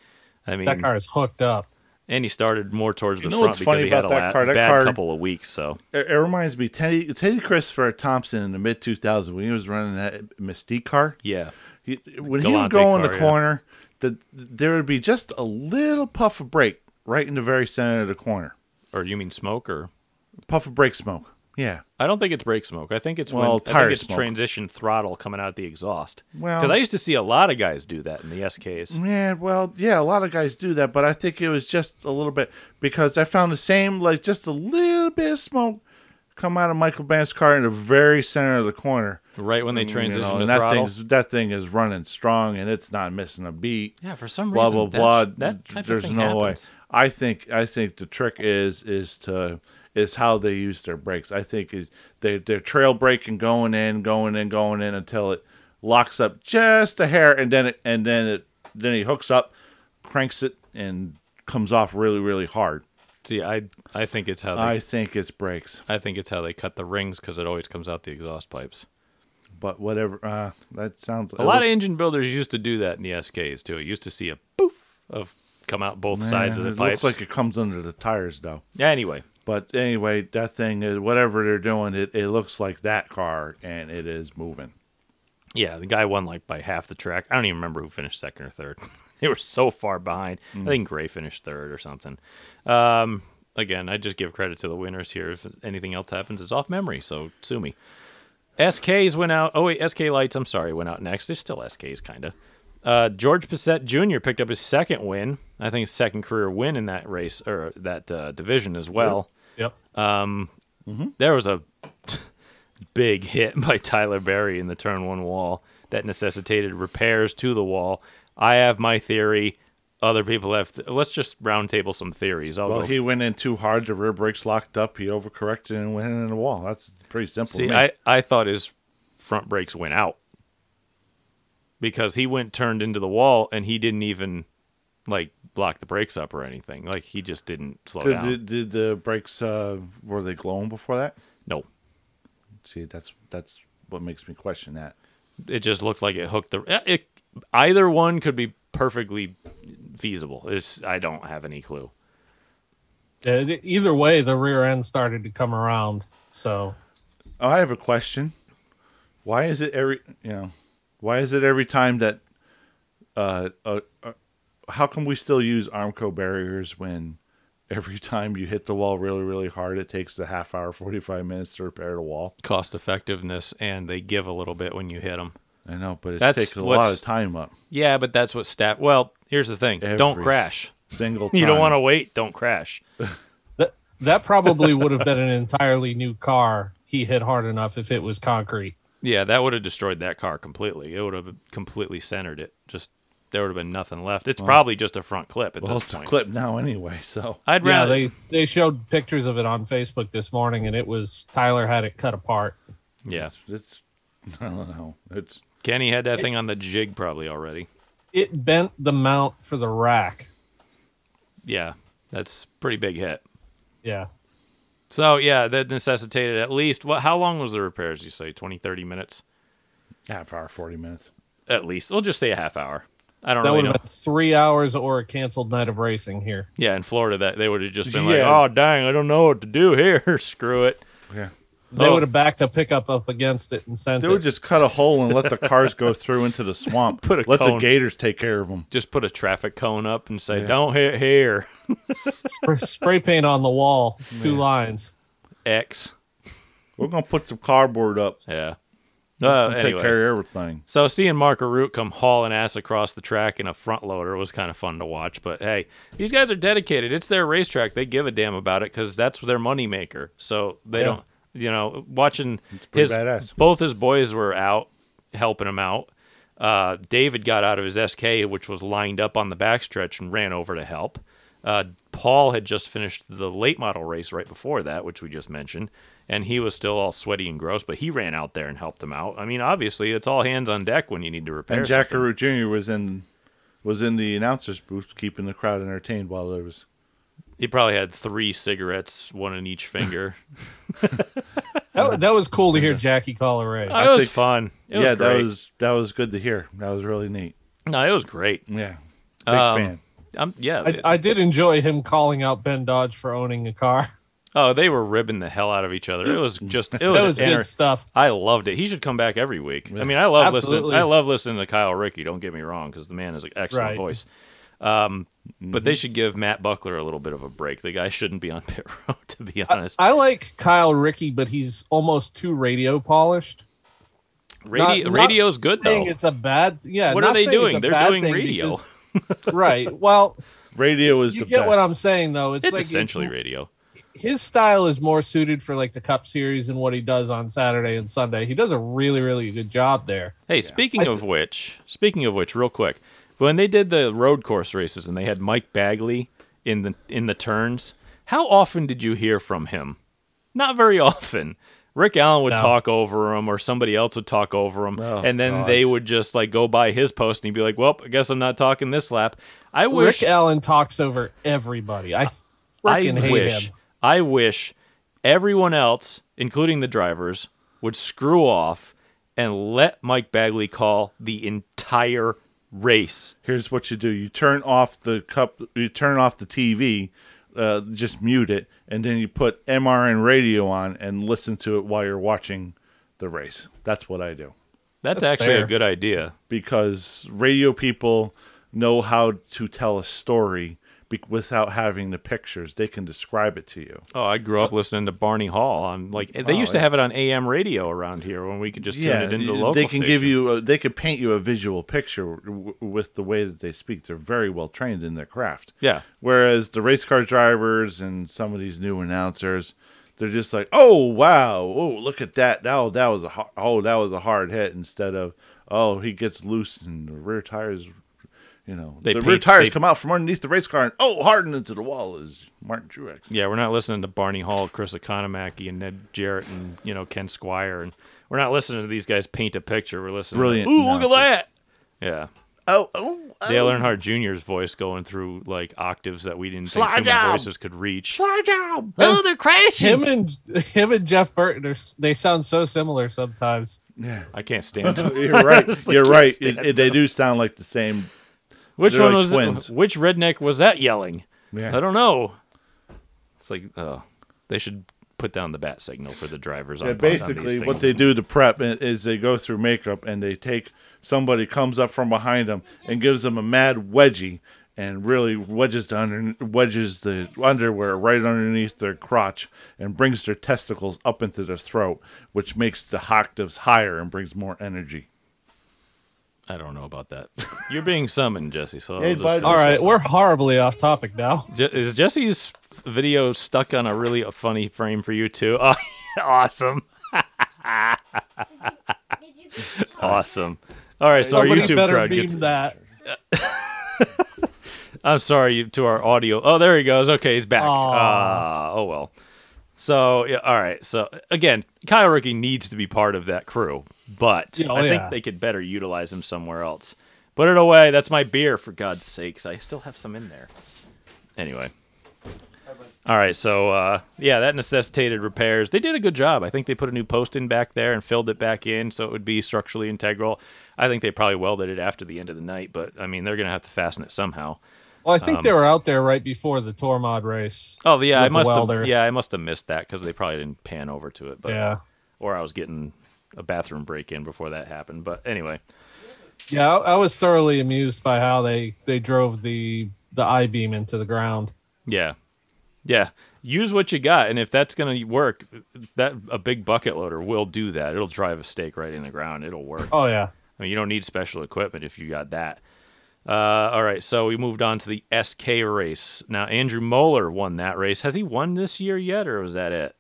Speaker 2: I mean,
Speaker 4: That car is hooked up.
Speaker 2: and he started more towards the
Speaker 3: know
Speaker 2: front
Speaker 3: what's
Speaker 2: because
Speaker 3: funny
Speaker 2: he had a
Speaker 3: about that
Speaker 2: la-
Speaker 3: car? That
Speaker 2: bad
Speaker 3: car-
Speaker 2: couple of weeks. So
Speaker 3: It, it reminds me Teddy Teddy Christopher Thompson in the mid 2000s when he was running that Mystique car.
Speaker 2: yeah,
Speaker 3: He, when he
Speaker 2: Galante
Speaker 3: would go in
Speaker 2: car,
Speaker 3: the
Speaker 2: yeah.
Speaker 3: corner, the, there would be just a little puff of break right in the very center of the corner.
Speaker 2: or you mean smoke or?
Speaker 3: Puff of brake smoke. Yeah.
Speaker 2: I don't think it's brake smoke. I think it's when
Speaker 3: Well,
Speaker 2: I
Speaker 3: tire
Speaker 2: think it's
Speaker 3: smoke.
Speaker 2: transition throttle coming out the exhaust.
Speaker 3: Well- Mm-hmm.
Speaker 2: because I used to see a lot of guys do that in the SKs.
Speaker 3: Yeah, well, yeah, a lot of guys do that, but I think it was just a little bit because I found the same, like just a little bit of smoke come out of Michael Band's car in the very center of the corner.
Speaker 2: Right when they
Speaker 3: You
Speaker 2: transition
Speaker 3: know,
Speaker 2: to
Speaker 3: and that
Speaker 2: throttle.
Speaker 3: thing's that thing is running strong and it's not missing a beat.
Speaker 2: Yeah, for some
Speaker 3: blah
Speaker 2: reason,
Speaker 3: blah
Speaker 2: that-
Speaker 3: blah.
Speaker 2: that type of
Speaker 3: There's
Speaker 2: thing
Speaker 3: no
Speaker 2: happens.
Speaker 3: way. I think I think the trick is is to is how they use their brakes. I think it, they they're trail braking, going in, going in, going in until it locks up just a hair, and then it and then it then he hooks up, cranks it, and comes off really really hard.
Speaker 2: See, I I think it's how they,
Speaker 3: I
Speaker 2: I,
Speaker 3: think it's brakes,
Speaker 2: think it's how they cut the rings because it always comes out the exhaust pipes.
Speaker 3: but whatever. Uh, that sounds
Speaker 2: A lot of engine builders used to do that in the SKs too. It used to see a poof of come out both sides of the
Speaker 3: it
Speaker 2: pipes.
Speaker 3: looks like it comes under the tires though.
Speaker 2: yeah, anyway,
Speaker 3: But anyway, that thing is whatever they're doing. It, it looks like that car, and it is moving.
Speaker 2: yeah, the guy won like by half the track. I don't even remember who finished second or third. they were so far behind. I think Gray finished third or something. Um, again, I just give credit to the winners here. If anything else happens, it's off memory, so sue me. SKs went out. Oh wait, SK lights. I'm sorry, went out next. They're still SKs, kind of. Uh, George Passett Jr. picked up his second win. I think his second career win in that race or that uh, division as well.
Speaker 4: Yep.
Speaker 2: There was a big hit by Tyler Berry in the turn one wall that necessitated repairs to the wall. I have my theory other people have. Th- let's just roundtable some theories. I'll
Speaker 3: Well,
Speaker 2: go
Speaker 3: he went in too hard. The rear brakes locked up. He overcorrected and went in the wall. That's pretty simple. to
Speaker 2: See,
Speaker 3: me.
Speaker 2: I, I thought his front brakes went out because he went turned into the wall and he didn't even like block the brakes up or anything. Like he just didn't slow
Speaker 3: did,
Speaker 2: down.
Speaker 3: did, did the brakes uh, were they glowing before that?
Speaker 2: no,
Speaker 3: See, that's that's what makes me question that.
Speaker 2: it just looked like it hooked the. eh, It, either one could be perfectly feasible. It's, I don't have any clue.
Speaker 4: Yeah, e- Either way, the rear end started to come around. So
Speaker 3: Oh, I have a question. Why is it every you know? Why is it every time that? Uh, uh, uh how come we still use Armco barriers when every time you hit the wall really really hard, it takes a half hour, forty five minutes to repair the wall?
Speaker 2: Cost effectiveness and they give a little bit when you hit them.
Speaker 3: I know, but it's
Speaker 2: That's
Speaker 3: taking a lot
Speaker 2: what's-
Speaker 3: of time up.
Speaker 2: Yeah, but that's what stat. Well, here's the thing: don't
Speaker 3: Every
Speaker 2: crash.
Speaker 3: Single.
Speaker 2: You don't
Speaker 3: time.
Speaker 2: want to wait. Don't crash.
Speaker 4: that that probably would have been an entirely new car. He hit hard enough if it was concrete.
Speaker 2: Yeah, that would have destroyed that car completely. It would have completely centered it. Just there would have been nothing left. It's probably just a front clip at
Speaker 3: Well,
Speaker 2: this
Speaker 3: it's a
Speaker 2: point.
Speaker 3: clip now anyway, so
Speaker 2: I'd
Speaker 4: Yeah,
Speaker 2: rather
Speaker 4: they they showed pictures of it on Facebook this morning, and it was Tyler had it cut apart.
Speaker 2: yeah.
Speaker 3: it's. I don't know. It's
Speaker 2: Kenny had that thing on the jig probably already.
Speaker 4: It bent the mount for the rack.
Speaker 2: Yeah, that's pretty big hit.
Speaker 4: Yeah,
Speaker 2: So yeah, that necessitated at least what? How long was the repairs? You say 20, 30 minutes
Speaker 3: half hour, forty minutes. at
Speaker 2: at least. We'll just say a half hour. I don't
Speaker 4: that
Speaker 2: really
Speaker 4: would
Speaker 2: know.
Speaker 4: have been three hours or a canceled night of racing here.
Speaker 2: Yeah, in Florida, that they would have just been
Speaker 3: Yeah.
Speaker 2: like, "Oh dang, I don't know what to do here. Screw it."
Speaker 3: Yeah.
Speaker 4: They
Speaker 2: Oh.
Speaker 4: would have backed a pickup up against it and sent
Speaker 3: They
Speaker 4: it.
Speaker 3: would just cut a hole and let the cars go through into the swamp.
Speaker 2: Put a
Speaker 3: let
Speaker 2: cone.
Speaker 3: the gators take care of them.
Speaker 2: Just put a traffic cone up and say, "Don't hit here."
Speaker 4: Spray- spray paint on the wall, two lines.
Speaker 2: X.
Speaker 3: We're gonna put some cardboard up.
Speaker 2: Yeah. Uh,
Speaker 3: and
Speaker 2: anyway,
Speaker 3: Take care of everything.
Speaker 2: so seeing Mark Root come hauling ass across the track in a front loader was kind of fun to watch. But hey, these guys are dedicated. It's their racetrack. They give a damn about it because that's their moneymaker. So they don't, you know, watching his
Speaker 3: pretty badass.
Speaker 2: both his boys were out helping him out. Uh, David got out of his SK, which was lined up on the backstretch, and ran over to help. Uh, Paul had just finished the late model race right before that, which we just mentioned, and he was still all sweaty and gross, but he ran out there and helped him out. I mean, obviously, it's all hands on deck when you need to repair.
Speaker 3: And
Speaker 2: something.
Speaker 3: Jackaroo Jr. was in was in the announcers booth keeping the crowd entertained while there was
Speaker 2: he probably had three cigarettes, one in each finger.
Speaker 4: That, that was cool to hear Jackie call a race.
Speaker 2: it was
Speaker 3: think-
Speaker 2: fun. It
Speaker 3: Yeah,
Speaker 2: was great.
Speaker 3: that was that was good to hear. That was really neat.
Speaker 2: no, it was great.
Speaker 3: Yeah. Big
Speaker 2: Um,
Speaker 3: fan.
Speaker 2: Um, yeah.
Speaker 4: I, I did enjoy him calling out Ben Dodge for owning a car.
Speaker 2: oh, they were ribbing the hell out of each other. It was just it was,
Speaker 4: That was
Speaker 2: enter-
Speaker 4: good stuff.
Speaker 2: I loved it. He should come back every week. I mean, I love
Speaker 4: Absolutely.
Speaker 2: listening. I love listening to Kyle Ricky. Don't get me wrong, because the man has an excellent
Speaker 4: Right. Mm-hmm.
Speaker 2: voice. Um, But they should give Matt Buckler a little bit of a break. The guy shouldn't be on pit road, to be honest.
Speaker 4: I like Kyle Ricky, but he's almost too radio polished.
Speaker 2: Radio,
Speaker 4: Not- not
Speaker 2: radio's good
Speaker 4: saying
Speaker 2: though.
Speaker 4: It's a bad. Yeah.
Speaker 2: What are
Speaker 4: not
Speaker 2: they
Speaker 4: saying it's
Speaker 2: doing?
Speaker 4: a
Speaker 2: They're
Speaker 4: bad
Speaker 2: doing
Speaker 4: thing
Speaker 2: radio.
Speaker 4: because- right. Well,
Speaker 3: Radio is
Speaker 4: you
Speaker 3: the
Speaker 4: get
Speaker 3: best.
Speaker 4: what I'm saying though. It's,
Speaker 2: It's
Speaker 4: like
Speaker 2: essentially
Speaker 4: it's-
Speaker 2: radio.
Speaker 4: his style is more suited for like the Cup Series and what he does on Saturday and Sunday. He does a really, really good job there.
Speaker 2: Hey, speaking of which, speaking of which, real quick, when they did the road course races and they had Mike Bagley in the in the turns, how often did you hear from him? Not very often. Rick Allen would
Speaker 4: No.
Speaker 2: talk over him, or somebody else would talk over him,
Speaker 3: Oh,
Speaker 2: and then
Speaker 3: gosh.
Speaker 2: they would just like go by his post and he'd be like, "Well, I guess I'm not talking this lap." I wish
Speaker 4: Rick Allen talks over everybody. I freaking
Speaker 2: I
Speaker 4: hate
Speaker 2: wish,
Speaker 4: him.
Speaker 2: I wish everyone else, including the drivers, would screw off and let Mike Bagley call the entire race.
Speaker 3: here's what you do you turn off the cup you turn off the tv uh, just mute it and then you put mrn radio on and listen to it while you're watching the race that's what i do
Speaker 2: That's,
Speaker 4: That's
Speaker 2: actually a
Speaker 4: fair.
Speaker 2: good idea.
Speaker 3: because radio people know how to tell a story be- without having the pictures they can describe it to you
Speaker 2: Oh, I grew up listening to Barney Hall on like
Speaker 3: Oh,
Speaker 2: they used to have it on AM radio around here when we could just tune it into the
Speaker 3: y-
Speaker 2: local.
Speaker 3: they can give
Speaker 2: station.
Speaker 3: you a, they could paint you a visual picture w- with the way that they speak they're very well trained in their craft
Speaker 2: Yeah.
Speaker 3: whereas the race car drivers and some of these new announcers they're just like oh wow oh look at that that, that was a ho- oh that was a hard hit instead of oh he gets loose and the rear tires You know,
Speaker 2: They
Speaker 3: the
Speaker 2: paid-
Speaker 3: rear tires
Speaker 2: they-
Speaker 3: come out from underneath the race car, and oh, hardened into the wall is Martin Truex.
Speaker 2: Yeah, we're not listening to Barney Hall, Chris Economaki, and Ned Jarrett, and you know Ken Squire, and we're not listening to these guys paint a picture. We're listening.
Speaker 3: Brilliant
Speaker 2: To, Ooh, look at
Speaker 3: nonsense.
Speaker 2: that. Yeah,
Speaker 3: Oh, oh, oh.
Speaker 2: Dale Earnhardt Jr.'s voice going through like octaves that we didn't
Speaker 3: Slide
Speaker 2: think human
Speaker 3: down.
Speaker 2: voices could reach.
Speaker 3: job.
Speaker 4: Oh,
Speaker 2: they're crashing.
Speaker 4: Him and him and Jeff Burton are s- they sound so similar sometimes.
Speaker 2: I can't stand it.
Speaker 3: You're right.
Speaker 2: honestly
Speaker 3: You're
Speaker 2: can't
Speaker 3: right.
Speaker 2: stand
Speaker 3: It- it- they do sound like the same.
Speaker 2: Which
Speaker 3: They're
Speaker 2: one
Speaker 3: like
Speaker 2: was
Speaker 3: twins.
Speaker 2: which redneck was that yelling?
Speaker 3: Yeah.
Speaker 2: I don't know. It's like uh, they should put down the bat signal for the drivers. on,
Speaker 3: Yeah,
Speaker 2: on these
Speaker 3: basically,
Speaker 2: things.
Speaker 3: what they do to prep i- is they go through makeup and they take somebody comes up from behind them and gives them a mad wedgie and really wedges the under, wedges the underwear right underneath their crotch and brings their testicles up into their throat, which makes the octaves higher and brings more energy.
Speaker 2: I don't know about that. You're being summoned, Jesse. So
Speaker 3: Hey,
Speaker 2: I'll just
Speaker 3: bud.
Speaker 2: finish
Speaker 4: All
Speaker 2: this
Speaker 4: right,
Speaker 2: up.
Speaker 4: we're horribly off topic now.
Speaker 2: Je- is Jesse's f- video stuck on a really funny frame for you too? Oh, awesome, awesome. All right, so
Speaker 4: Somebody
Speaker 2: our YouTube
Speaker 4: better
Speaker 2: crowd
Speaker 4: beam
Speaker 2: gets.
Speaker 4: that.
Speaker 2: I'm sorry you, to our audio. Oh, there he goes. Okay, he's back.
Speaker 4: Aw.
Speaker 2: Ah, oh well. So yeah, all right. So again, Kyle Rookie needs to be part of that crew, but
Speaker 4: Yeah, oh,
Speaker 2: I
Speaker 4: yeah.
Speaker 2: think they could better utilize him somewhere else. Put it away. That's my beer, for God's sakes. I still have some in there. Anyway. All right, so uh, yeah, that necessitated repairs. They did a good job. I think they put a new post in back there and filled it back in, so it would be structurally integral. I think they probably welded it after the end of the night, but I mean, they're gonna have to fasten it somehow.
Speaker 4: Well, I think they were out there right before the Tormod race.
Speaker 2: Um, Oh yeah,
Speaker 4: with
Speaker 2: I
Speaker 4: the
Speaker 2: must
Speaker 4: welder.
Speaker 2: have. Yeah, I must have missed that because they probably didn't pan over to it. But
Speaker 4: Yeah.
Speaker 2: or I was getting a bathroom break in before that happened. But anyway,
Speaker 4: Yeah, I, I was thoroughly amused by how they they drove the the I beam into the ground.
Speaker 2: yeah, yeah. Use what you got, and if that's gonna work, that a big bucket loader will do that. It'll drive a stake right in the ground. It'll work.
Speaker 4: Oh yeah,
Speaker 2: I mean, you don't need special equipment if you got that. Uh, all right, so we moved on to the SK race. Now Andrew Moeller won that race. Has he won this year yet, or was that it?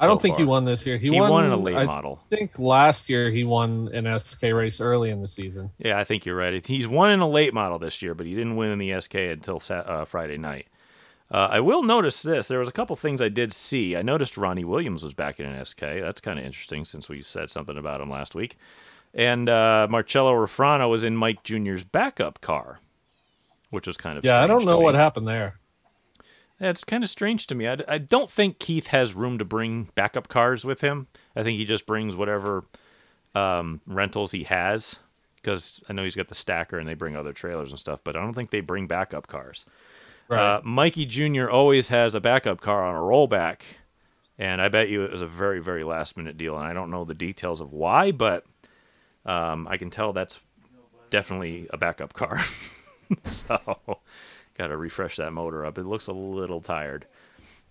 Speaker 4: I don't
Speaker 2: So
Speaker 4: think he
Speaker 2: far.
Speaker 4: won this year. He,
Speaker 2: He
Speaker 4: won,
Speaker 2: won in a late
Speaker 4: I
Speaker 2: model.
Speaker 4: think last year he won an SK race early in the season.
Speaker 2: Yeah, I think you're right. He's won in a late model this year, but he didn't win in the SK until Sa- uh, Friday night. Uh, I will notice this. There was a couple things I did see. I noticed Ronnie Williams was back in an SK. That's kind of interesting since we said something about him last week. And uh, Marcello Refrano was in Mike Jr.'s backup car, which was kind of
Speaker 4: Yeah, I
Speaker 2: strange
Speaker 4: don't
Speaker 2: to
Speaker 4: know
Speaker 2: me.
Speaker 4: what happened there.
Speaker 2: That's kind of strange to me. I, d- I don't think Keith has room to bring backup cars with him. I think he just brings whatever um, rentals he has because I know he's got the stacker and they bring other trailers and stuff, but I don't think they bring backup cars.
Speaker 4: Right.
Speaker 2: Uh, Mikey Jr. always has a backup car on a rollback, and I bet you it was a very, very last minute deal. And I don't know the details of why, but um, I can tell that's definitely a backup car. so, got to refresh that motor up. It looks a little tired.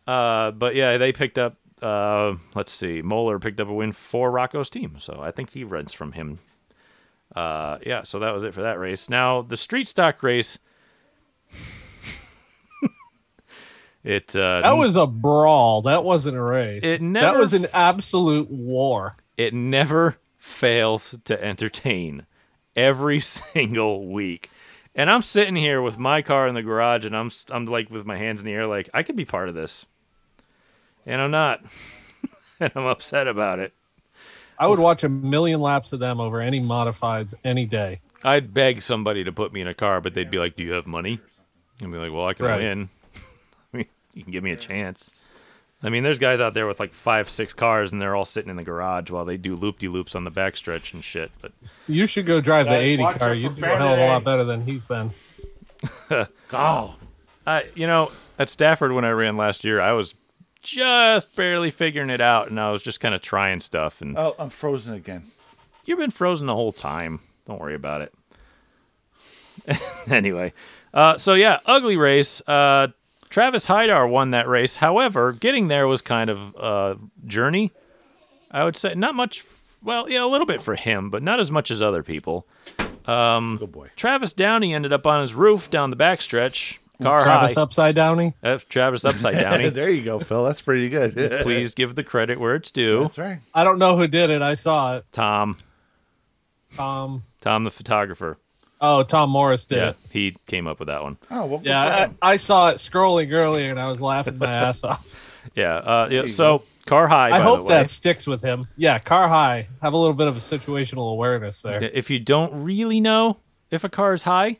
Speaker 2: Uh, but yeah, they picked up. Uh, let's see, Moeller picked up a win for Rocco's team, so I think he rents from him. Uh, yeah, so that was it for that race. Now the street stock race. it uh,
Speaker 4: that was a brawl. That wasn't a race.
Speaker 2: It
Speaker 4: that
Speaker 2: never-
Speaker 4: was an absolute war.
Speaker 2: it never fails to entertain every single week. And I'm sitting here with my car in the garage and I'm s- I'm like with my hands in the air like I could be part of this. And I'm not. and I'm upset about it.
Speaker 4: I would watch a million laps of them over any modifieds any day.
Speaker 2: I'd beg somebody to put me in a car, but they'd be like, "Do you have money?" I'd be like, "Well, I can
Speaker 4: Right.
Speaker 2: win. I mean, you can give me a chance." I mean, there's guys out there with like five, six cars, and they're all sitting in the garage while they do loop de loops on the backstretch and shit. But
Speaker 4: You should go drive the
Speaker 3: Guys,
Speaker 4: 80
Speaker 3: watch
Speaker 4: car.
Speaker 3: out
Speaker 4: You
Speaker 3: for
Speaker 4: do a hell of a
Speaker 3: Faraday.
Speaker 4: lot better than he's been.
Speaker 3: Oh,
Speaker 2: I, you know, at Stafford when I ran last year, I was just barely figuring it out, and I was just kind of trying stuff. And
Speaker 3: oh, I'm frozen again.
Speaker 2: you've been frozen the whole time. Don't worry about it. anyway, uh, so yeah, ugly race. Uh, Travis Hydar won that race. However, getting there was kind of a journey. I would say not much. Well, yeah, a little bit for him, but not as much as other people. Um,
Speaker 3: Good boy.
Speaker 2: Travis Downey ended up on his roof down the backstretch. Car
Speaker 4: Travis
Speaker 2: high.
Speaker 4: upside downy.
Speaker 2: Uh, Travis upside downy.
Speaker 3: there you go, Phil. That's pretty good.
Speaker 2: Please give the credit where it's due.
Speaker 3: That's right.
Speaker 4: I don't know who did it. I saw it.
Speaker 2: Tom,
Speaker 4: Um,
Speaker 2: Tom the photographer.
Speaker 4: Oh, Tom Morris did
Speaker 2: Yeah,
Speaker 4: it.
Speaker 2: he came up with that one.
Speaker 3: Oh, well, good for
Speaker 4: Yeah,
Speaker 3: him.
Speaker 4: I, I saw it scrolling earlier, and I was laughing my ass off.
Speaker 2: Yeah. Uh, yeah so car high.
Speaker 4: I
Speaker 2: by the
Speaker 4: hope
Speaker 2: way.
Speaker 4: that sticks with him. Yeah, car high. Have a little bit of a situational awareness there.
Speaker 2: if you don't really know if a car is high,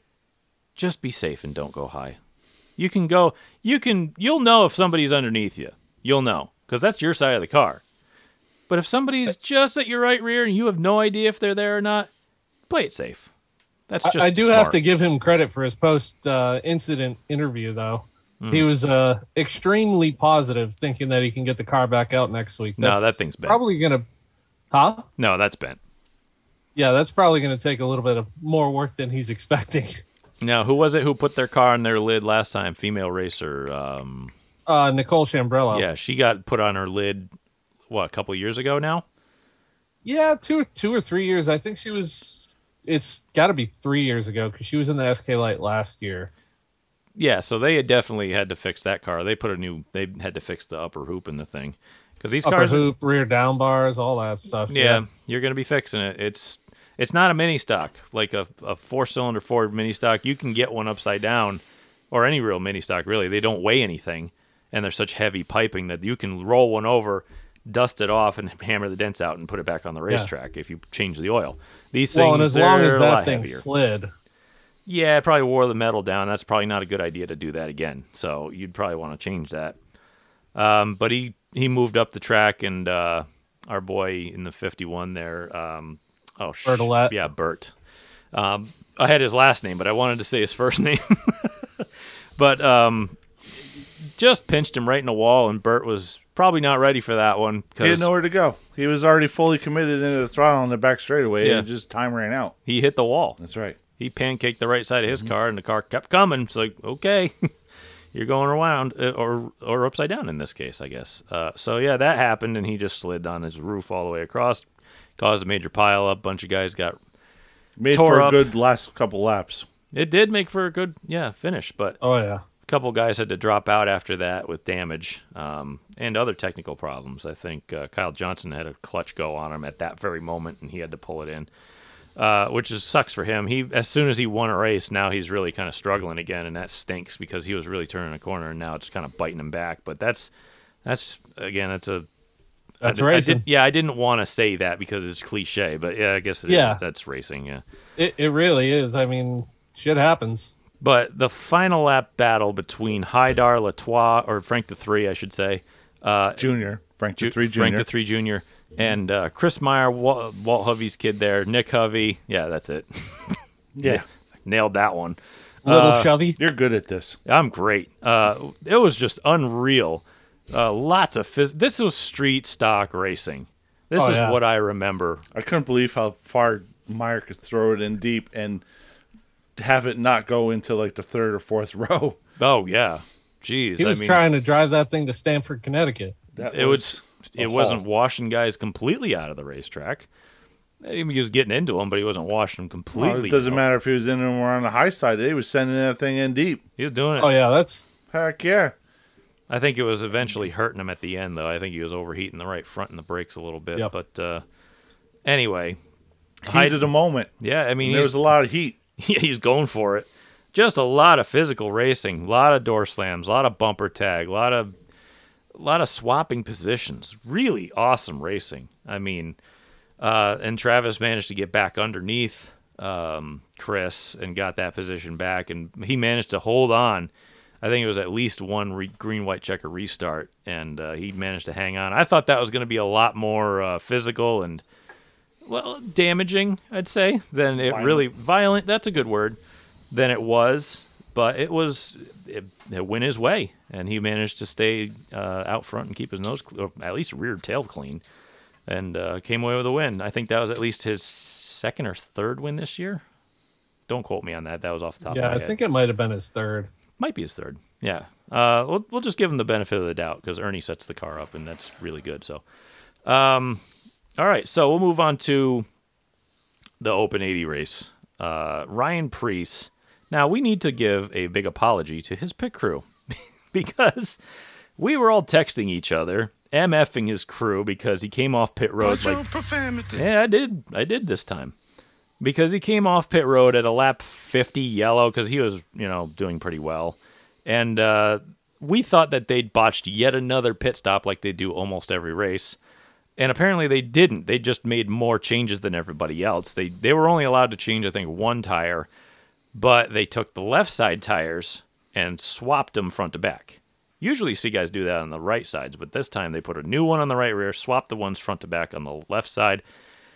Speaker 2: just be safe and don't go high. You can go. You can. You'll know if somebody's underneath you. You'll know because that's your side of the car. But if somebody's just at your right rear and you have no idea if they're there or not, play it safe. That's just.
Speaker 4: I, I do
Speaker 2: smart.
Speaker 4: have to give him credit for his post uh, incident interview, though.
Speaker 2: Hmm.
Speaker 4: He was uh, extremely positive, thinking that he can get the car back out next week.
Speaker 2: No, that thing's bent.
Speaker 4: probably gonna, huh?
Speaker 2: No, that's bent.
Speaker 4: Yeah, that's probably gonna take a little bit of more work than he's expecting.
Speaker 2: Now, who was it who put their car on their lid last time? Female racer. Um,
Speaker 4: Uh, Nicole Shambrello.
Speaker 2: Yeah, she got put on her lid. What a couple years ago now.
Speaker 4: yeah, two, two or three years. I think she was. It's got to be three years ago because she was in the SK Light last year.
Speaker 2: Yeah, so they had definitely had to fix that car. They put a new. They had to fix the upper hoop in the thing because these
Speaker 4: Upper
Speaker 2: cars.
Speaker 4: hoop, rear down bars, all that stuff.
Speaker 2: yeah, you're gonna be fixing it. It's it's not a mini stock like a, a four cylinder Ford mini stock. You can get one upside down, or any real mini stock really. They don't weigh anything, and they're such heavy piping that you can roll one over, dust it off, and hammer the dents out and put it back on the racetrack if you change the oil. These things
Speaker 4: Well, and as long
Speaker 2: they're
Speaker 4: as
Speaker 2: a
Speaker 4: that
Speaker 2: lot
Speaker 4: thing
Speaker 2: heavier.
Speaker 4: slid,
Speaker 2: Yeah, it probably wore the metal down. That's probably not a good idea to do that again. So you'd probably want to change that. Um, but he he moved up the track, and uh, our boy in the fifty-one there, um, oh sh-
Speaker 4: Bertolette.
Speaker 2: yeah, Bert. Um, I had his last name, but I wanted to say his first name. but um, just pinched him right in the wall, and Bert was probably not ready for that one
Speaker 3: He didn't
Speaker 2: because
Speaker 3: know where to go. He was already fully committed into the throttle on the back straightaway,
Speaker 2: Yeah.
Speaker 3: and just time ran out.
Speaker 2: he hit the wall.
Speaker 3: That's right.
Speaker 2: he pancaked the right side of his car and the car kept coming it's like okay you're going around uh, or or upside down in this case i guess uh, so yeah that happened and he just slid on his roof all the way across caused a major pile up bunch of guys got
Speaker 3: Made
Speaker 2: Tore
Speaker 3: for a
Speaker 2: up.
Speaker 3: good last couple laps.
Speaker 2: it did make for a good yeah finish but
Speaker 4: oh yeah,
Speaker 2: a couple guys had to drop out after that with damage um, and other technical problems. I think uh, Kyle Johnson had a clutch go on him at that very moment, and he had to pull it in, uh, which is sucks for him. He as soon as he won a race, now he's really kind of struggling again, and that stinks because he was really turning a corner, and now it's kind of biting him back. But that's that's again, that's a
Speaker 4: that's
Speaker 2: I did- I
Speaker 4: racing.
Speaker 2: did- yeah, I didn't want to say that because it's cliche, but yeah, I guess it is.
Speaker 4: Yeah.
Speaker 2: that's racing. Yeah.
Speaker 4: It, it really is. I mean, shit happens.
Speaker 2: But the final lap battle between Haidar Latois or Frank the Three, I should say, uh,
Speaker 3: Junior, Frank the
Speaker 2: Ju-
Speaker 3: Three
Speaker 2: Frank
Speaker 3: Junior.
Speaker 2: the Three Junior, and uh, Chris Meyer, Walt, Walt Hovey's kid there, Nick Hovey. Yeah, that's it.
Speaker 3: yeah,
Speaker 2: Nailed that one. Uh,
Speaker 4: Little shovey.
Speaker 3: you're good at this.
Speaker 2: I'm great. Uh, it was just unreal. Uh, lots of phys- this was street stock racing. This
Speaker 4: Oh,
Speaker 2: is
Speaker 4: yeah.
Speaker 2: what I remember.
Speaker 3: I couldn't believe how far Meyer could throw it in deep and have it not go into like the third or fourth row.
Speaker 2: Oh yeah, jeez.
Speaker 4: He was
Speaker 2: I mean,
Speaker 4: trying to drive that thing to Stamford, Connecticut.
Speaker 3: That
Speaker 2: it was
Speaker 3: a
Speaker 2: it wasn't
Speaker 3: haul.
Speaker 2: washing guys completely out of the racetrack. I mean, He was getting into them, but he wasn't washing them completely.
Speaker 3: Well, it doesn't
Speaker 2: out.
Speaker 3: matter if he was in or on the high side. He was sending that thing in deep.
Speaker 2: He was doing it.
Speaker 4: Oh yeah, that's
Speaker 3: Heck yeah.
Speaker 2: I think it was eventually hurting him at the end, though. I think he was overheating the right front and the brakes a little bit.
Speaker 4: Yep.
Speaker 2: But uh, anyway, I-
Speaker 3: Heat of the moment.
Speaker 2: yeah, I mean,
Speaker 3: There was
Speaker 2: he's,
Speaker 3: a lot of heat.
Speaker 2: he's going for it. Just a lot of physical racing, a lot of door slams, a lot of bumper tag, a lot of a lot of swapping positions. Really awesome racing. I mean, uh, and Travis managed to get back underneath um, Chris and got that position back, and he managed to hold on. I think it was at least one re- green white checker restart, and uh, he managed to hang on. I thought that was going to be a lot more uh, physical and well damaging, I'd say, than it really violent. That's a good word than it was, but it was it, it went his way, and he managed to stay uh, out front and keep his nose cl- or at least rear tail clean and uh, came away with a win. I think that was at least his second or third win this year. Don't quote me on that. That was off the top.
Speaker 4: yeah.
Speaker 2: of my
Speaker 4: I
Speaker 2: head.
Speaker 4: think it might have been his third.
Speaker 2: might be his third. Yeah. Uh, we'll we'll just give him the benefit of the doubt because Ernie sets the car up, and that's really good. So, um, all right. So we'll move on to the Open 80 race. Uh, Ryan Priest. Now we need to give a big apology to his pit crew because we were all texting each other, mfing his crew because he came off pit road like
Speaker 6: profanity.
Speaker 2: yeah, I did. I did this time. because he came off pit road at a lap 50 yellow because he was, you know, doing pretty well. And uh, we thought that they'd botched yet another pit stop like they do almost every race. And apparently they didn't. They just made more changes than everybody else. They they were only allowed to change I think one tire, but they took the left side tires and swapped them front to back. Usually you see guys do that on the right sides, but this time they put a new one on the right rear, swapped the ones front to back on the left side,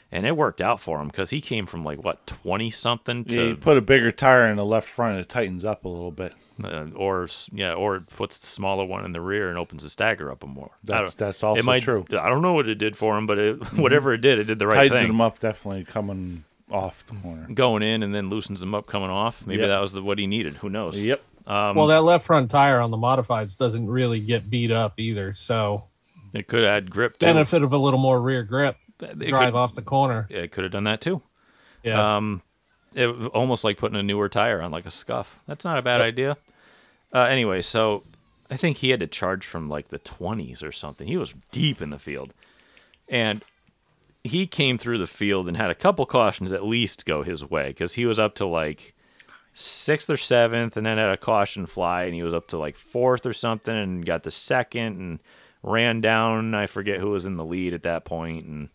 Speaker 2: and it worked out for him because he came from like what twenty something
Speaker 3: Yeah, you
Speaker 2: to
Speaker 3: put a bigger tire in the left front, it tightens up a little bit.
Speaker 2: uh, or s- yeah, or puts the smaller one in the rear and opens the stagger up a more. I
Speaker 3: That's-
Speaker 2: don't-
Speaker 3: that's also
Speaker 2: it might,
Speaker 3: true.
Speaker 2: I don't know what it did for him, but it, whatever it did, it did the right
Speaker 3: Tightens
Speaker 2: thing.
Speaker 3: them up, definitely coming off the corner.
Speaker 2: Going in and then loosens them up coming off. Maybe
Speaker 3: Yep.
Speaker 2: that was the, what he needed. Who knows?
Speaker 3: Yep.
Speaker 2: Mm.
Speaker 4: well, that left front tire on the modifieds doesn't really get beat up either. So
Speaker 2: It could add grip to
Speaker 4: benefit of a little more rear grip,
Speaker 2: It
Speaker 4: drive
Speaker 2: could-
Speaker 4: off the corner.
Speaker 2: It could have done that too.
Speaker 4: Yeah.
Speaker 2: Um, it was almost like putting a newer tire on like a scuff. That's not a bad idea. Uh, anyway, so I think he had to charge from like the 20s or something. He was deep in the field. And he came through the field and had a couple cautions at least go his way because he was up to like sixth or seventh and then had a caution fly and he was up to like fourth or something and got the second and ran down. I forget who was in the lead at that point and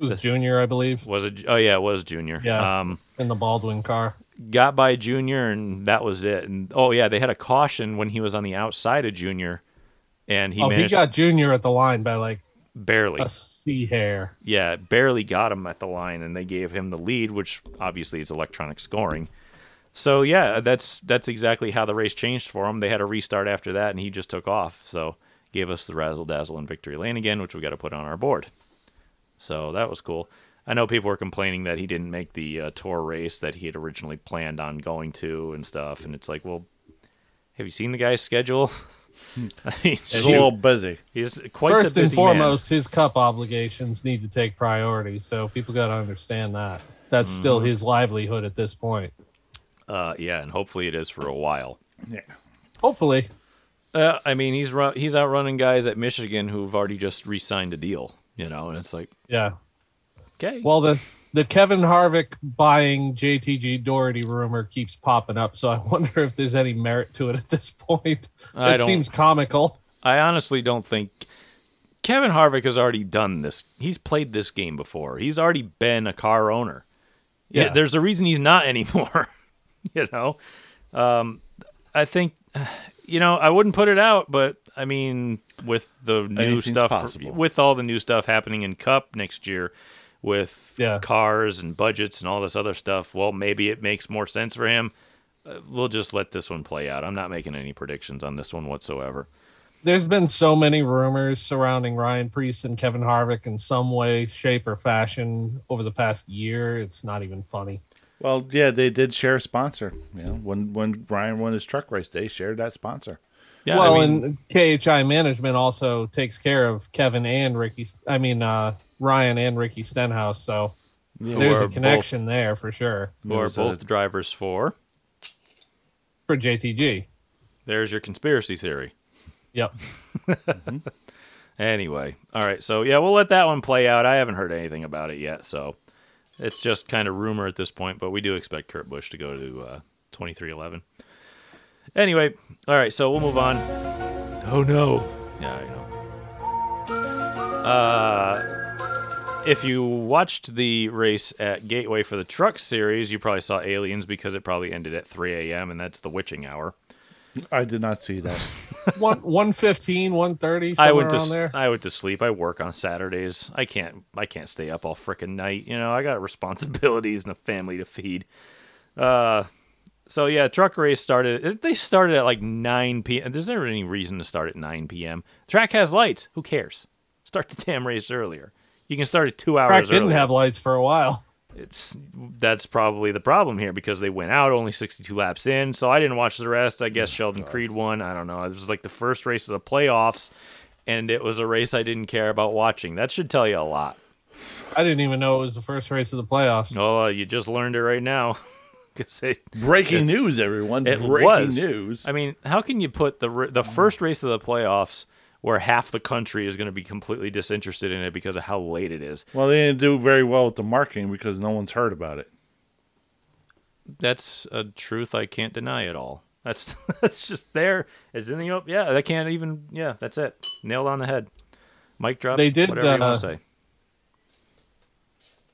Speaker 4: it was Junior, I believe,
Speaker 2: was it? Oh, yeah, it was Junior.
Speaker 4: Yeah.
Speaker 2: Um,
Speaker 4: in the Baldwin car.
Speaker 2: got by Junior, and that was it. And oh yeah, they had a caution when he was on the outside of Junior, and he
Speaker 4: oh, he
Speaker 2: managed
Speaker 4: got Junior at the line by like
Speaker 2: barely,
Speaker 4: a sea hair.
Speaker 2: yeah, barely got him at the line, and they gave him the lead, which obviously is electronic scoring. So yeah, that's that's exactly how the race changed for him. They had a restart after that, and he just took off. So gave us the razzle dazzle in victory lane again, which we got to put on our board. So that was cool. I know people were complaining that he didn't make the uh, tour race that he had originally planned on going to and stuff, and it's like, well, have you seen the guy's schedule? I mean,
Speaker 3: It's
Speaker 2: shoot,
Speaker 3: a little busy.
Speaker 2: he's quite the
Speaker 4: Hmm. First and
Speaker 2: busy man.
Speaker 4: foremost, his cup obligations need to take priority. So people got to understand that. That's
Speaker 2: Mm-hmm.
Speaker 4: still his livelihood at this point.
Speaker 2: Uh, yeah, and hopefully it is for a while.
Speaker 3: Yeah.
Speaker 4: Hopefully.
Speaker 2: Uh, I mean, he's run, he's outrunning guys at Michigan who've already just re-signed a deal, you know, and it's like,
Speaker 4: Yeah.
Speaker 2: okay,
Speaker 4: Well, the the Kevin Harvick buying JTG Doherty rumor keeps popping up, so I wonder if there's any merit to it at this point.
Speaker 2: I
Speaker 4: it
Speaker 2: don't-
Speaker 4: seems comical.
Speaker 2: I honestly don't think Kevin Harvick has already done this. He's played this game before. He's already been a car owner. Yeah,
Speaker 4: Yeah.
Speaker 2: there's a reason he's not anymore. you know, um, I think, you know, I wouldn't put it out, but I mean, with the new
Speaker 3: Anything's
Speaker 2: stuff,
Speaker 3: possible.
Speaker 2: with all the new stuff happening in Cup next year, with
Speaker 4: Yeah.
Speaker 2: cars and budgets and all this other stuff, well, maybe it makes more sense for him. Uh, we'll just let this one play out. I'm not making any predictions on this one whatsoever.
Speaker 4: There's been so many rumors surrounding Ryan Priest and Kevin Harvick in some way, shape, or fashion over the past year. It's not even funny.
Speaker 3: Well, yeah, they did share a sponsor. You know, when when Brian won his truck race, they shared that sponsor.
Speaker 2: Yeah, I
Speaker 4: well,
Speaker 2: mean-
Speaker 4: and KHI management also takes care of Kevin and Ricky. I mean, uh, Ryan and Ricky Stenhouse. So there's
Speaker 2: Who
Speaker 4: a
Speaker 2: are
Speaker 4: connection there for sure
Speaker 2: Who are
Speaker 3: There's a-
Speaker 2: both drivers for?
Speaker 4: for JTG.
Speaker 2: There's your conspiracy theory.
Speaker 4: Yep.
Speaker 2: Anyway, all right. So yeah, we'll let that one play out. I haven't heard anything about it yet, so it's just kind of rumor at this point. But we do expect Kurt Busch to go to uh, 2311. Anyway, all right. So we'll move on. Oh no. Yeah, I know. Uh, if you watched the race at Gateway for the Truck Series, you probably saw Aliens because it probably ended at 3 a.m. and that's the witching hour.
Speaker 3: I did not see that.
Speaker 4: one 115 130 somewhere
Speaker 2: I went to
Speaker 4: around
Speaker 2: s-
Speaker 4: there
Speaker 2: I went to sleep. I work on Saturdays. I can't I can't stay up all frickin' night. You know, I got responsibilities and a family to feed. Uh, so yeah, truck race started. it- They started at like 9 p.m. There's never any reason to start at 9 p.m. Track has lights. Who cares? Start the damn race earlier. You can start at two hours.
Speaker 4: Crack didn't
Speaker 2: earlier.
Speaker 4: have lights for a while
Speaker 2: it's that's probably the problem here because they went out only 62 laps in. So I didn't watch the rest. I
Speaker 3: Oh,
Speaker 2: guess Sheldon Creed won. I don't know. It was like the first race of the playoffs, and it was a race I didn't care about watching. That should tell you a lot.
Speaker 4: i didn't even know it was the first race of the playoffs
Speaker 2: Oh, you just learned it right now. 'Cause it,
Speaker 3: Breaking
Speaker 2: It's-
Speaker 3: news, everyone!
Speaker 2: it
Speaker 3: Breaking
Speaker 2: was
Speaker 3: news.
Speaker 2: I mean, how can you put the r- the first race of the playoffs where half the country is going to be completely disinterested in it because of how late it is?
Speaker 3: well, they didn't do very well with the marketing because no one's heard about it.
Speaker 2: that's a truth I can't deny at all. That's that's just there. It's in the op- yeah. That can't even yeah. That's it. Nailed on the head. Mic drop.
Speaker 4: They did,
Speaker 2: whatever you
Speaker 4: uh,
Speaker 2: want to say.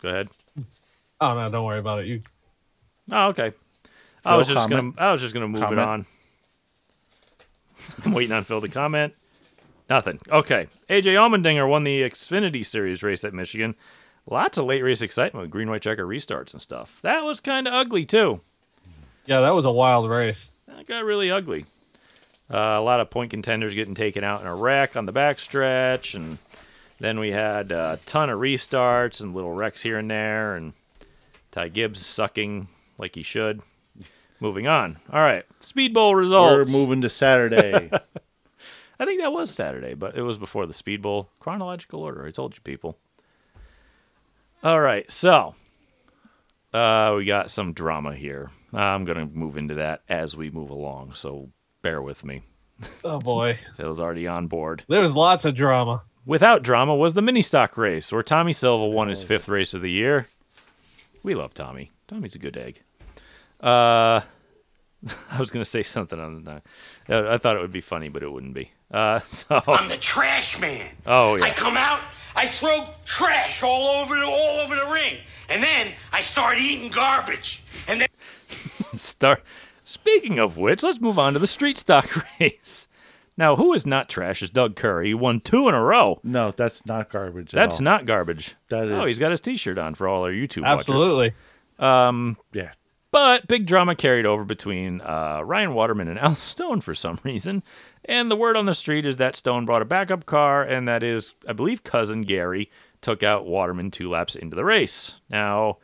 Speaker 2: Go ahead.
Speaker 4: Oh no, don't worry about it. You
Speaker 2: Oh okay. I was
Speaker 3: Phil,
Speaker 2: just
Speaker 3: comment?
Speaker 2: gonna I was just gonna move it
Speaker 3: Comment?
Speaker 2: on. I'm waiting on Phil to comment. Nothing. Okay. AJ Allmendinger won the Xfinity Series race at Michigan. Lots of late race excitement with green white checker restarts and stuff. That was kind of ugly too.
Speaker 4: yeah, that was a wild race.
Speaker 2: That got really ugly. Uh, a lot of point contenders getting taken out in a wreck on the backstretch, and then we had a ton of restarts and little wrecks here and there, and Ty Gibbs sucking like he should. Moving on. All right, Speed Bowl
Speaker 3: We're
Speaker 2: results.
Speaker 3: moving to Saturday.
Speaker 2: I think that was Saturday, but it was before the Speed Bowl. Chronological order. I told you people. All right, so uh, we got some drama here. I'm gonna move into that as we move along, so bear with me.
Speaker 4: Oh boy,
Speaker 2: It was already on board.
Speaker 4: there was lots of drama.
Speaker 2: Without drama was the mini stock race, where Tommy Silva won his fifth race of the year. We love Tommy. Tommy's a good egg. Uh, I was gonna say something on the. I thought it would be funny, but it wouldn't be. Uh, so
Speaker 7: I'm the trash man.
Speaker 2: Oh, yeah.
Speaker 7: I come out, I throw trash all over the all over the ring, and then I start eating garbage. And then
Speaker 2: start. Speaking of which, let's move on to the street stock race. Now, who is not trash is Doug Curry. He won two in a row.
Speaker 3: no, that's not garbage. at
Speaker 2: That's
Speaker 3: all.
Speaker 2: not garbage.
Speaker 3: That
Speaker 2: Oh,
Speaker 3: is-
Speaker 2: he's got his T-shirt on for all our YouTube watchers.
Speaker 4: Absolutely.
Speaker 3: Yeah.
Speaker 2: But big drama carried over between uh, Ryan Waterman and Al Stone for some reason. And the word on the street is that Stone brought a backup car, and that is, I believe, cousin Gary took out Waterman two laps into the race. Now,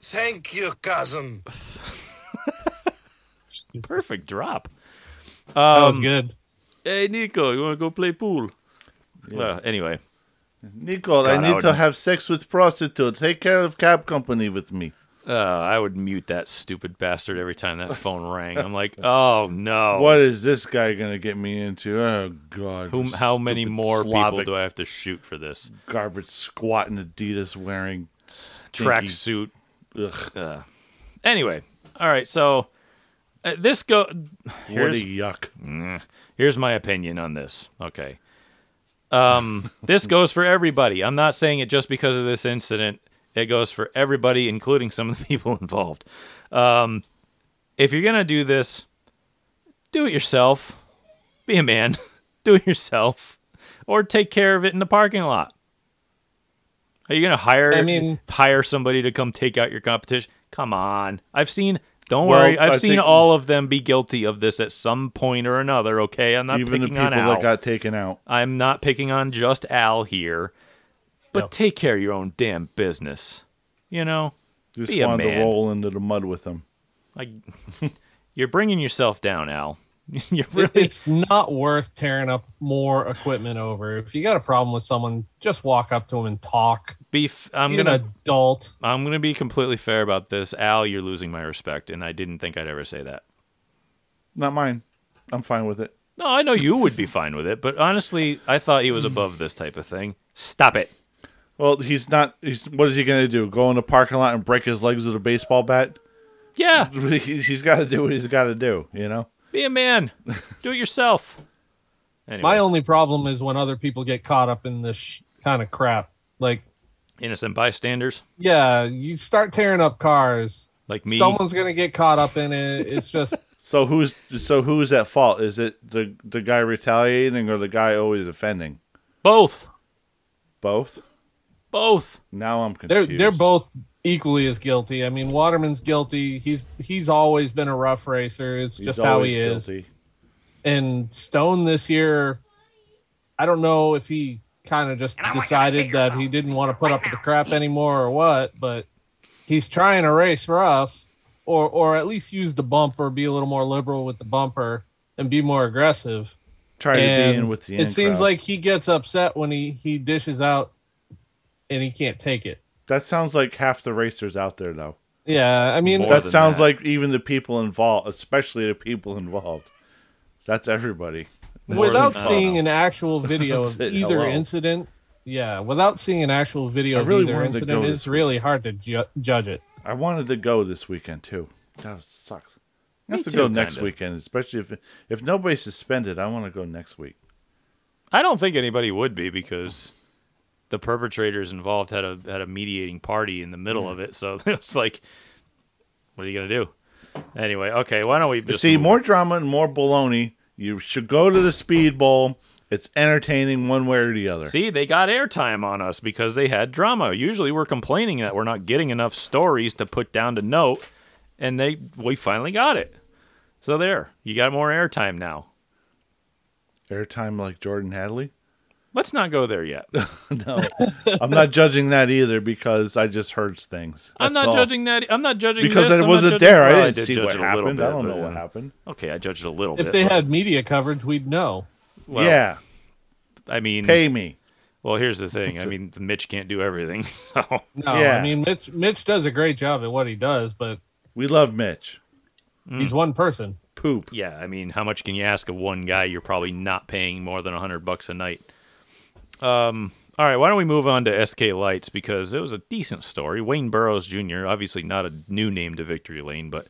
Speaker 5: Thank you, cousin.
Speaker 2: perfect drop.
Speaker 4: That
Speaker 2: Um,
Speaker 4: was good.
Speaker 2: Hey, Nico, you want to go play pool? Well, anyway,
Speaker 3: Nicole,
Speaker 2: God, I
Speaker 3: I need to
Speaker 2: wouldn't-
Speaker 3: have sex with prostitute. Take care of cab company with me.
Speaker 2: uh, I would mute that stupid bastard every time that phone rang. I'm like, oh no.
Speaker 3: What is this guy gonna get me into? Oh God!
Speaker 2: Whom,
Speaker 3: this
Speaker 2: how many
Speaker 3: stupid
Speaker 2: more people
Speaker 3: Slavic
Speaker 2: do I have to shoot for this?
Speaker 3: garbage squatting Adidas wearing stinky-
Speaker 2: Tracksuit
Speaker 3: Ugh,
Speaker 2: Uh, anyway all right so uh, this go
Speaker 3: what a
Speaker 2: here's,
Speaker 3: yuck!
Speaker 2: here's my opinion on this okay um this goes for everybody i'm not saying it just because of this incident it goes for everybody including some of the people involved um if you're gonna do this do it yourself be a man do it yourself or take care of it in the parking lot are you gonna hire
Speaker 4: I mean-
Speaker 2: hire somebody to come take out your competition come on i've seen don't
Speaker 3: Well,
Speaker 2: worry i've
Speaker 3: I
Speaker 2: seen
Speaker 3: think-
Speaker 2: all of them be guilty of this at some point or another okay i'm not
Speaker 3: Even the
Speaker 2: picking
Speaker 3: people
Speaker 2: on al
Speaker 3: that got taken out.
Speaker 2: i'm not picking on just al here but take care of your own damn business you know
Speaker 3: Just
Speaker 2: Be a
Speaker 3: wanted to
Speaker 2: man.
Speaker 3: roll into the mud with them.
Speaker 2: like you're bringing yourself down al you're
Speaker 4: It-
Speaker 2: really
Speaker 4: It's not worth tearing up more equipment over. If you got a problem with someone, just walk up to them and talk.
Speaker 2: beef i'm
Speaker 4: I'm
Speaker 2: gonna
Speaker 4: an adult.
Speaker 2: I'm gonna be completely fair about this. Al, you're losing my respect, and I didn't think I'd ever say that.
Speaker 3: Not mine. I'm fine with it.
Speaker 2: No, I know you would be fine with it, but honestly, I thought he was above this type of thing. Stop it.
Speaker 3: Well, he's not. He's what is he gonna do? Go in the parking lot and break his legs with a baseball bat?
Speaker 2: Yeah,
Speaker 3: He- he's got to do what he's got to do. You know.
Speaker 2: be a man. Do it yourself. Anyway,
Speaker 4: My only problem is when other people get caught up in this sh- kind of crap. Like,
Speaker 2: innocent bystanders
Speaker 4: yeah, you start tearing up cars.
Speaker 2: like me.
Speaker 4: Someone's gonna get caught up in it. It's just
Speaker 3: So who's so who's at fault? Is it the the guy retaliating or the guy always offending?
Speaker 2: Both.
Speaker 3: Both.
Speaker 2: Both.
Speaker 3: Now I'm
Speaker 4: they're
Speaker 3: confused.
Speaker 4: they're both equally as guilty. I mean, Waterman's guilty. He's he's always been a rough racer. It's
Speaker 3: He's
Speaker 4: just how
Speaker 3: always
Speaker 4: he is.
Speaker 3: guilty.
Speaker 4: and Stone this year, I don't know if he kind of just
Speaker 7: I want you to
Speaker 4: decided
Speaker 7: figure
Speaker 4: that
Speaker 7: something
Speaker 4: he didn't want to put
Speaker 7: right
Speaker 4: up with the
Speaker 7: now.
Speaker 4: crap anymore or what, but he's trying to race rough or or at least use the bumper, be a little more liberal with the bumper and be more aggressive.
Speaker 3: Try to
Speaker 4: And
Speaker 3: be in with the.
Speaker 4: it
Speaker 3: in
Speaker 4: seems
Speaker 3: crowd.
Speaker 4: like he gets upset when he he dishes out and he can't take it.
Speaker 3: that sounds like half the racers out there, though.
Speaker 4: Yeah, I mean
Speaker 2: More
Speaker 3: That
Speaker 2: than
Speaker 3: sounds
Speaker 2: that.
Speaker 3: like even the people involved, especially the people involved. That's everybody.
Speaker 2: More
Speaker 4: without
Speaker 2: than that.
Speaker 4: seeing an actual video of
Speaker 3: That's it,
Speaker 4: either
Speaker 3: hello.
Speaker 4: incident yeah without seeing an actual video
Speaker 3: I really
Speaker 4: of either
Speaker 3: wanted to go
Speaker 4: incident it's
Speaker 3: this
Speaker 4: really hard to ju- judge it
Speaker 3: I wanted to go this weekend too. That sucks. I
Speaker 2: Me
Speaker 3: have to
Speaker 2: too,
Speaker 3: go next
Speaker 2: kinda.
Speaker 3: weekend, especially if if nobody's suspended. I want to go next week.
Speaker 2: I don't think anybody would be because the perpetrators involved had a had a mediating party in the middle of it. So it's like, what are you gonna do? Anyway, okay. Why don't we just
Speaker 3: See
Speaker 2: move-
Speaker 3: more drama and more baloney. You should go to the Speed Bowl. It's entertaining one way or the other.
Speaker 2: See, they got airtime on us because they had drama. Usually, we're complaining that we're not getting enough stories to put down to note, and they we finally got it. So there, you got more airtime now.
Speaker 3: Airtime like Jordan Hadley.
Speaker 2: Let's not go there yet.
Speaker 3: No, I'm not judging that either because I just heard things.
Speaker 2: I'm
Speaker 3: That's
Speaker 2: not
Speaker 3: all.
Speaker 2: judging that. e, I'm not judging
Speaker 3: because
Speaker 2: this,
Speaker 3: I
Speaker 2: I'm not
Speaker 3: wasn't
Speaker 2: judging-
Speaker 3: there. I
Speaker 2: well,
Speaker 3: didn't
Speaker 2: did
Speaker 3: see
Speaker 2: judge
Speaker 3: what
Speaker 2: it a little
Speaker 3: happened.
Speaker 2: bit,
Speaker 3: I don't know
Speaker 2: but,
Speaker 3: what
Speaker 2: yeah.
Speaker 3: happened.
Speaker 2: Okay, I judged it a little bit.
Speaker 4: If they
Speaker 2: but,
Speaker 4: had media coverage, we'd know.
Speaker 2: well, hmm.
Speaker 3: yeah,
Speaker 2: I mean,
Speaker 3: pay me.
Speaker 2: well, here's the thing. I mean, Mitch can't do everything. So
Speaker 4: No,
Speaker 3: Yeah.
Speaker 4: I mean Mitch. Mitch does a great job at what he does, but
Speaker 3: We love Mitch. Mm.
Speaker 4: he's one person.
Speaker 3: Poop.
Speaker 2: yeah, I mean, how much can you ask of one guy? You're probably not paying more than hundred bucks a night. Um. All right, why don't we move on to SK Lights because it was a decent story. Wayne Burroughs Jr., obviously not a new name to Victory Lane, but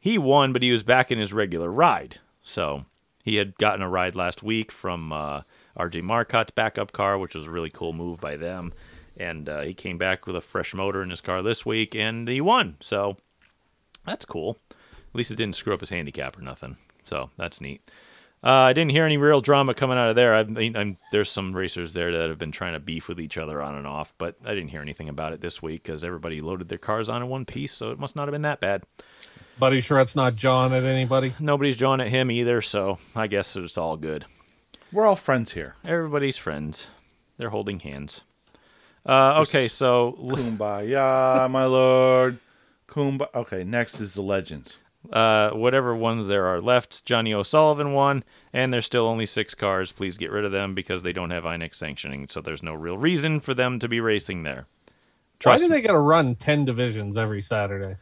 Speaker 2: he won, but he was back in his regular ride. So he had gotten a ride last week from uh, RJ Marcotte's backup car, which was a really cool move by them. And uh, he came back with a fresh motor in his car this week, and he won. So that's cool. At least it didn't screw up his handicap or nothing. So that's neat. Uh, I didn't hear any real drama coming out of there. I mean, I'm, there's some racers there that have been trying to beef with each other on and off, but I didn't hear anything about it this week because everybody loaded their cars on in one piece, so it must not have been that bad.
Speaker 4: Buddy Shret's not John at anybody.
Speaker 2: Nobody's jawing at him either, so I guess it's all good.
Speaker 3: We're all friends here.
Speaker 2: Everybody's friends. They're holding hands. Uh, okay, so
Speaker 3: Kumbaya, my lord. Kumbaya. Okay, next is the legends.
Speaker 2: uh, whatever ones there are left, Johnny O'Sullivan won, and there's still only six cars. Please get rid of them because they don't have INEX sanctioning, so there's no real reason for them to be racing there. Trust
Speaker 4: Why do
Speaker 2: me.
Speaker 4: they got to run ten divisions every Saturday?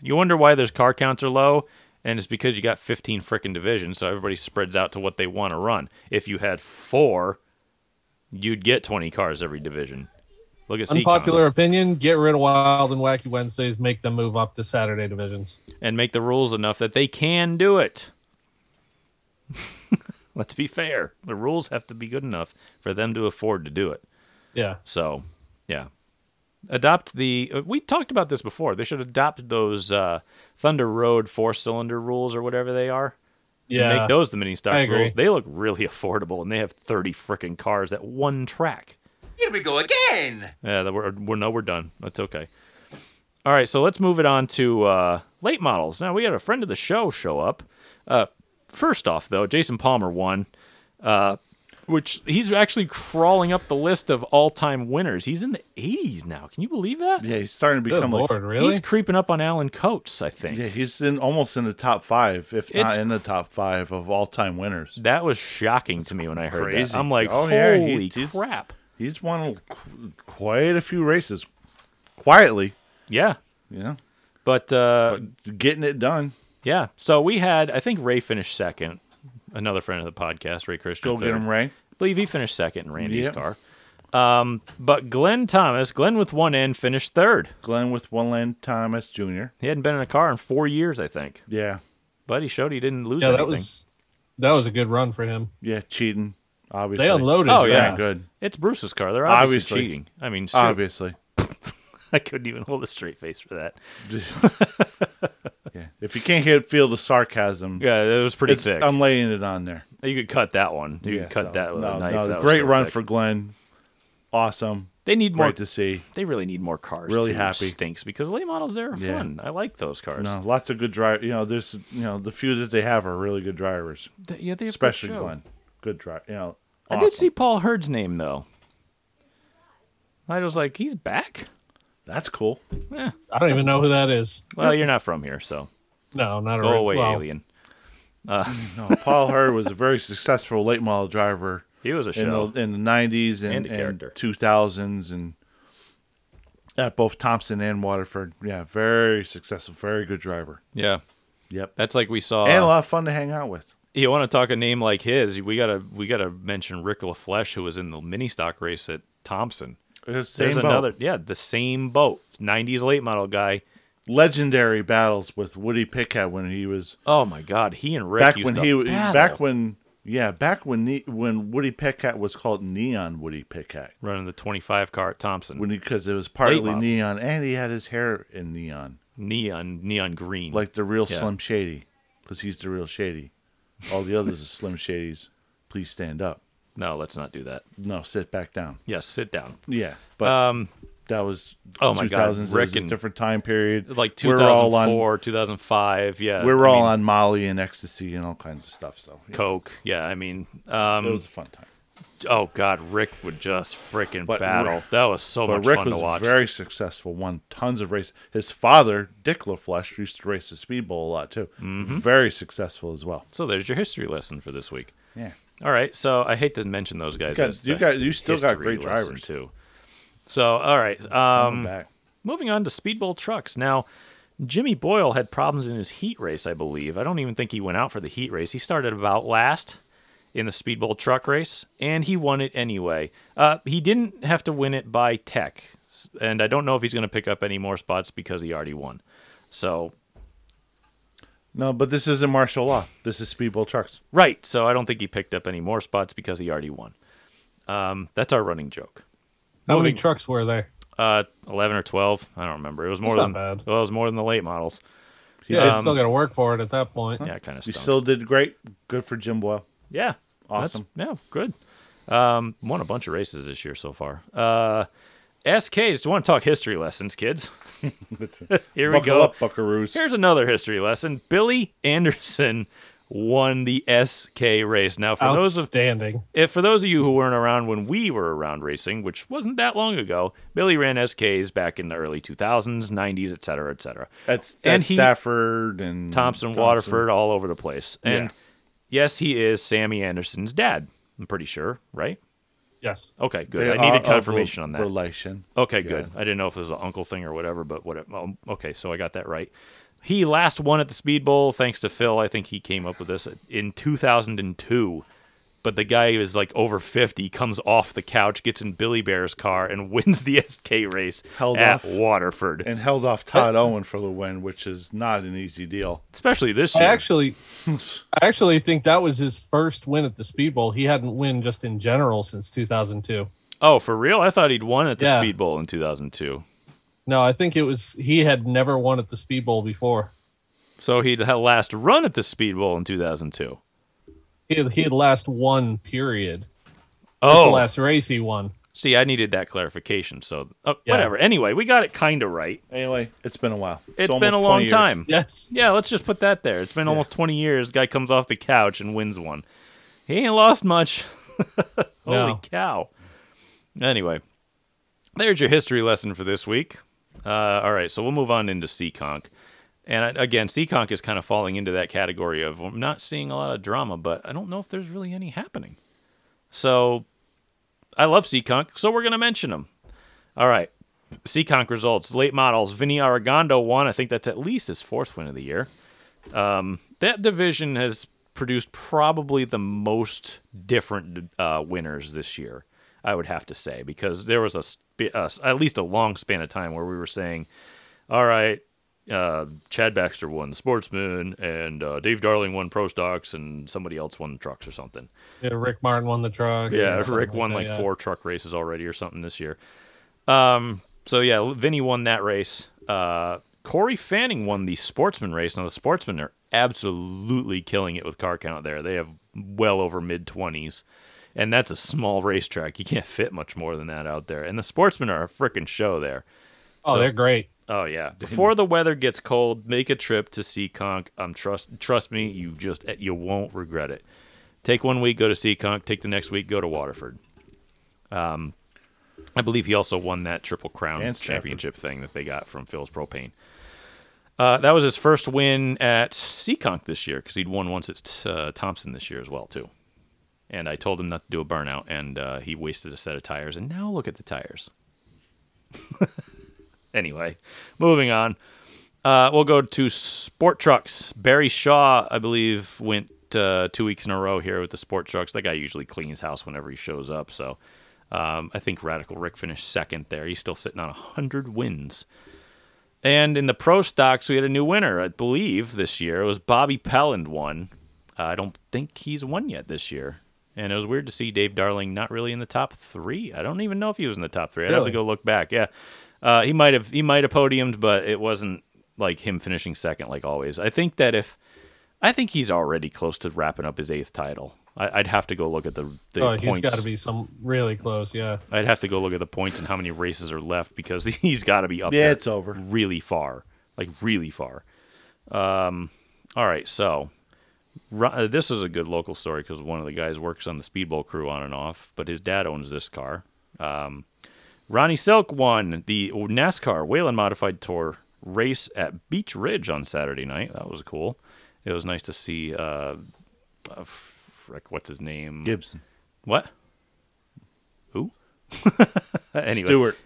Speaker 2: You wonder why those car counts are low, and it's because you got 15 frickin' divisions, so everybody spreads out to what they want to run. If you had four, you'd get 20 cars every division. Look at Seacon.
Speaker 4: Unpopular opinion: Get rid of Wild and Wacky Wednesdays. Make them move up to Saturday divisions.
Speaker 2: and make the rules enough that they can do it. Let's be fair. The rules have to be good enough for them to afford to do it.
Speaker 4: Yeah,
Speaker 2: So, yeah. Adopt the. uh, We talked about this before. They should adopt those uh, Thunder Road four cylinder rules or whatever they are. and
Speaker 4: yeah.
Speaker 2: Make those the mini stock
Speaker 4: I agree.
Speaker 2: rules. They look really affordable and they have 30 freaking cars at one track.
Speaker 7: Here we go again.
Speaker 2: Yeah, that we're, we're no, we're done. That's okay. All right, so let's move it on to uh, late models. Now we had a friend of the show show up. Uh, first off, though, Jason Palmer won, uh, which he's actually crawling up the list of all-time winners. He's in the 80s now. Can you believe that?
Speaker 3: Yeah, he's starting to
Speaker 4: Good
Speaker 3: become
Speaker 4: lord,
Speaker 3: like.
Speaker 4: really?
Speaker 2: He's creeping up on Alan Coates, I think.
Speaker 3: Yeah, he's in almost in the top five, if
Speaker 2: It's
Speaker 3: not in the top five of all time winners.
Speaker 2: That was shocking to me when I heard
Speaker 3: crazy.
Speaker 2: that. I'm like,
Speaker 3: Oh,
Speaker 2: holy
Speaker 3: yeah, he- he's-
Speaker 2: crap!
Speaker 3: He's won qu- quite a few races, quietly.
Speaker 2: Yeah,
Speaker 3: You know,
Speaker 2: but uh,
Speaker 3: getting it done.
Speaker 2: yeah. So we had, I think Ray finished second. Another friend of the podcast, Ray Christian.
Speaker 3: Go get
Speaker 2: third.
Speaker 3: him, Ray.
Speaker 2: believe he finished second in Randy's
Speaker 3: Yep.
Speaker 2: car. Um, but Glenn Thomas, Glenn with one end, finished third.
Speaker 3: Glenn with one land Thomas Jr.
Speaker 2: He hadn't been in a car in four years, I think.
Speaker 3: Yeah,
Speaker 2: But he showed he didn't lose
Speaker 4: yeah, that
Speaker 2: anything.
Speaker 4: was that was a good run for him.
Speaker 3: yeah, cheating. Obviously,
Speaker 4: They unloaded.
Speaker 2: Oh, yeah,
Speaker 4: fast.
Speaker 3: good.
Speaker 2: It's Bruce's car. They're obviously,
Speaker 3: Obviously.
Speaker 2: cheating. I mean, shoot,
Speaker 3: Obviously,
Speaker 2: I couldn't even hold a straight face for that.
Speaker 3: yeah. If you can't hear, feel the sarcasm.
Speaker 2: Yeah, it was pretty
Speaker 3: it's-
Speaker 2: thick.
Speaker 3: I'm laying it on there.
Speaker 2: you could cut that one. You
Speaker 3: Yeah,
Speaker 2: could cut
Speaker 3: so,
Speaker 2: that with
Speaker 3: no,
Speaker 2: a knife.
Speaker 3: no,
Speaker 2: That was
Speaker 3: great
Speaker 2: so
Speaker 3: run
Speaker 2: thick.
Speaker 3: for Glenn. Awesome.
Speaker 2: They need more.
Speaker 3: Great to see.
Speaker 2: They really need more cars.
Speaker 3: Really
Speaker 2: too,
Speaker 3: happy.
Speaker 2: Stinks because late models there are
Speaker 3: Yeah.
Speaker 2: fun. I like those cars.
Speaker 3: No, lots of good drivers. You know, there's you know the few that they have are really good drivers,
Speaker 2: Th- yeah, they have good
Speaker 3: especially
Speaker 2: show.
Speaker 3: Glenn. Good driver. You know,
Speaker 2: I did
Speaker 3: awesome.
Speaker 2: see Paul Hurd's name though. I was like, he's back.
Speaker 3: That's cool.
Speaker 2: Yeah.
Speaker 4: I don't even know who that is.
Speaker 2: Well, you're not from here, so
Speaker 4: No, not
Speaker 2: go
Speaker 4: a real-
Speaker 2: away,
Speaker 4: well,
Speaker 2: alien.
Speaker 3: No, Paul Hurd was a very successful late model driver
Speaker 2: He was a
Speaker 3: in
Speaker 2: show.
Speaker 3: the in the '90s and,
Speaker 2: And a
Speaker 3: and
Speaker 2: character.
Speaker 3: 2000s and at both Thompson and Waterford. Yeah, very successful, very good driver.
Speaker 2: yeah,
Speaker 3: Yep,
Speaker 2: that's like we saw.
Speaker 3: and a lot of fun to hang out with.
Speaker 2: you want to talk a name like his? We gotta we gotta mention Rick LaFleche, who was in the mini stock race at Thompson.
Speaker 3: It's
Speaker 2: There's
Speaker 3: same boat.
Speaker 2: another, yeah, the same boat, '90s late model guy,
Speaker 3: legendary battles with Woody Pickett when he was
Speaker 2: Oh my God, he and Rick
Speaker 3: back
Speaker 2: used
Speaker 3: when
Speaker 2: to
Speaker 3: he was
Speaker 2: battle.
Speaker 3: back when yeah back when ne- when Woody Pickett was called Neon Woody Pickett
Speaker 2: running the twenty five car at Thompson,
Speaker 3: when because it was partly
Speaker 2: model.
Speaker 3: neon and he had his hair in neon
Speaker 2: neon neon green.
Speaker 3: like the real
Speaker 2: Yeah.
Speaker 3: Slim Shady because he's the real Shady. All the others are Slim Shadys. Please stand up.
Speaker 2: no, let's not do that.
Speaker 3: No, sit back down.
Speaker 2: Yes, sit down.
Speaker 3: Yeah, but
Speaker 2: Um,
Speaker 3: that was
Speaker 2: oh my God,
Speaker 3: 2000s. It was
Speaker 2: Rick
Speaker 3: a
Speaker 2: and-
Speaker 3: different time period.
Speaker 2: like
Speaker 3: We
Speaker 2: two
Speaker 3: were all
Speaker 2: thousand
Speaker 3: on-
Speaker 2: four, two thousand five. Yeah,
Speaker 3: we were
Speaker 2: Uh, I
Speaker 3: all
Speaker 2: mean,
Speaker 3: on Molly and ecstasy and all kinds of stuff. So yeah,
Speaker 2: coke. Yeah, I mean,
Speaker 3: it
Speaker 2: um,
Speaker 3: was a fun time.
Speaker 2: oh God, Rick would just freaking
Speaker 3: But
Speaker 2: battle.
Speaker 3: Rick-
Speaker 2: that was so
Speaker 3: But
Speaker 2: much
Speaker 3: Rick
Speaker 2: fun to
Speaker 3: was
Speaker 2: watch.
Speaker 3: very successful. Won tons of races. His father, Dick LaFleche, used to race the speedball a lot too.
Speaker 2: Mm-hmm.
Speaker 3: Very successful as well.
Speaker 2: so there's your history lesson for this week.
Speaker 3: Yeah.
Speaker 2: All right, so I hate to mention those guys.
Speaker 3: got-
Speaker 2: as
Speaker 3: you
Speaker 2: the
Speaker 3: got- you still got
Speaker 2: history
Speaker 3: great
Speaker 2: lesson,
Speaker 3: drivers.
Speaker 2: too. So all right, um,
Speaker 3: back.
Speaker 2: Moving on to Speedball trucks. Now, Jimmy Boyle had problems in his heat race, I believe. I don't even think he went out for the heat race. He started about last in the Speedball truck race, and he won it anyway. Uh, he didn't have to win it by tech, s- and I don't know if he's going to pick up any more spots because he already won. So,
Speaker 3: No, but this isn't martial law. This is speedball trucks.
Speaker 2: right. So I don't think he picked up any more spots because he already won. Um, that's our running joke.
Speaker 4: How many
Speaker 2: Moving-
Speaker 4: trucks were there?
Speaker 2: Uh, eleven or twelve? I don't remember. It was more
Speaker 4: That's
Speaker 2: than
Speaker 4: not bad.
Speaker 2: well, it was more than the late models.
Speaker 4: Yeah, I
Speaker 2: um,
Speaker 4: still got to work for it at that point.
Speaker 2: Yeah, kind of.
Speaker 3: You still did great. Good for Jim Boyle.
Speaker 2: Yeah. That's-
Speaker 3: Awesome.
Speaker 2: yeah, good. Um, won a bunch of races this year so far. Uh, SKs, do you want to talk history lessons, kids? Here we
Speaker 3: Buckle
Speaker 2: go.
Speaker 3: up, Buckaroos.
Speaker 2: Here's another history lesson. Billy Anderson won the SK race. Now, for those of
Speaker 4: Outstanding.
Speaker 2: if for those of you who weren't around when we were around racing, which wasn't that long ago, Billy ran SKs back in the early 2000s, 90s, et cetera, et cetera.
Speaker 3: That's
Speaker 2: And
Speaker 3: and
Speaker 2: he-
Speaker 3: Stafford and
Speaker 2: Thompson, Waterford, all over the place. And
Speaker 3: Yeah.
Speaker 2: yes, he is Sammy Anderson's dad. I'm pretty sure, right?
Speaker 4: Yes.
Speaker 2: Okay, good.
Speaker 3: They
Speaker 2: I needed
Speaker 3: are of
Speaker 2: confirmation on that.
Speaker 3: Relation.
Speaker 2: okay, good. I didn't know if it was an uncle thing or whatever, but whatever. Um, okay, so I got that right. He last won at the Speed Bowl thanks to Phil. I think he came up with this in 2002. But the guy who is like over 50 comes off the couch, gets in Billy Bear's car, and wins the SK race
Speaker 3: Held
Speaker 2: at
Speaker 3: off.
Speaker 2: Waterford,
Speaker 3: And held off Todd Owen for the win, which is not an easy deal.
Speaker 2: especially this
Speaker 4: I
Speaker 2: year.
Speaker 4: actually, I actually think that was his first win at the Speed Bowl. He hadn't win just in general since 2002.
Speaker 2: oh, for real? I thought he'd won at the
Speaker 4: Yeah.
Speaker 2: Speed Bowl in 2002.
Speaker 4: No, I think it was he had never won at the Speed Bowl before.
Speaker 2: So he'd had last run at the Speed Bowl in 2002.
Speaker 4: He had, he had last won period. That's
Speaker 2: Oh,
Speaker 4: the last race he won.
Speaker 2: See, I needed that clarification. So, uh,
Speaker 4: Yeah.
Speaker 2: whatever. Anyway, we got it kind of right.
Speaker 3: Anyway, it's been a while.
Speaker 2: It's
Speaker 3: almost
Speaker 2: been a
Speaker 3: 20
Speaker 2: long
Speaker 3: years.
Speaker 2: time.
Speaker 4: Yes.
Speaker 2: Yeah, let's just put that there. It's been almost 20 years. Guy comes off the couch and wins one. He ain't lost much. Holy
Speaker 4: No.
Speaker 2: cow. Anyway, there's your history lesson for this week. Uh, all right, so we'll move on into Seekonk. And I- again, Seekonk is kind of falling into that category of I'm not seeing a lot of drama, but I don't know if there's really any happening. So I love Seekonk, so we're going to mention them. All right. Seekonk results. Late models. Vinny Aragondo won. I think that's at least his fourth win of the year. Um, that division has produced probably the most different uh, winners this year, I would have to say, because there was a, sp- uh, at least a long span of time where we were saying, all right, uh, Chad Baxter won the Sportsman, and uh, Dave Darling won Pro Stocks, and somebody else won Trucks or something.
Speaker 4: Yeah, Rick Martin won the trucks.
Speaker 2: Yeah,
Speaker 4: and stuff
Speaker 2: Rick won
Speaker 4: that,
Speaker 2: like
Speaker 4: yeah.
Speaker 2: four truck races already or something this year. Um, so yeah, Vinny won that race. Uh, Corey Fanning won the Sportsman race. Now the Sportsmen are absolutely killing it with car count there. They have well over mid twenties, and that's a small racetrack. You can't fit much more than that out there. And the Sportsmen are a freaking show there.
Speaker 4: Oh,
Speaker 2: so-
Speaker 4: they're great.
Speaker 2: Oh yeah. Before the weather gets cold, make a trip to Seekonk. Um, trust trust me, you just you won't regret it. Take one week, go to Seekonk. Take the next week, go to Waterford. Um, I believe he also won that Triple Crown
Speaker 3: And Stafford.
Speaker 2: championship thing that they got from Phil's Propane. Uh, that was his first win at Seekonk this year because he'd won once at uh, Thompson this year as well too. And I told him not to do a burnout, and uh, he wasted a set of tires. And now look at the tires. Anyway, moving on. Uh, we'll go to sport trucks. Barry Shaw, I believe, went uh, two weeks in a row here with the sport trucks. That guy usually cleans house whenever he shows up. So um, I think Radical Rick finished second there. He's still sitting on 100 wins. And in the pro stocks, we had a new winner, I believe, this year. It was Bobby Pelland won. Uh, I don't think he's won yet this year. And it was weird to see Dave Darling not really in the top three. I don't even know if he was in the top three. I'd have to
Speaker 4: Really?
Speaker 2: go look back. Yeah, uh, he might have he might have podiumed, but it wasn't like him finishing second like always. I think that if I think he's already close to wrapping up his eighth title. I, I'd have to go look at the, the
Speaker 4: Oh, he's
Speaker 2: points.
Speaker 4: got to be some really close. Yeah.
Speaker 2: I'd have to go look at the points and how many races are left because he's got to be up
Speaker 3: Yeah,
Speaker 2: there
Speaker 3: it's over.
Speaker 2: really far, like really far. Um, all right, so Ru- uh, this is a good local story because one of the guys works on the speedboat crew on and off, but his dad owns this car. Um, Ronnie Selk won the NASCAR Whalen Modified Tour race at Beach Ridge on Saturday night. That was cool. It was nice to see. Uh, uh, frick, what's his name?
Speaker 3: Gibson,
Speaker 2: What? Who? anyway,
Speaker 3: Stewart,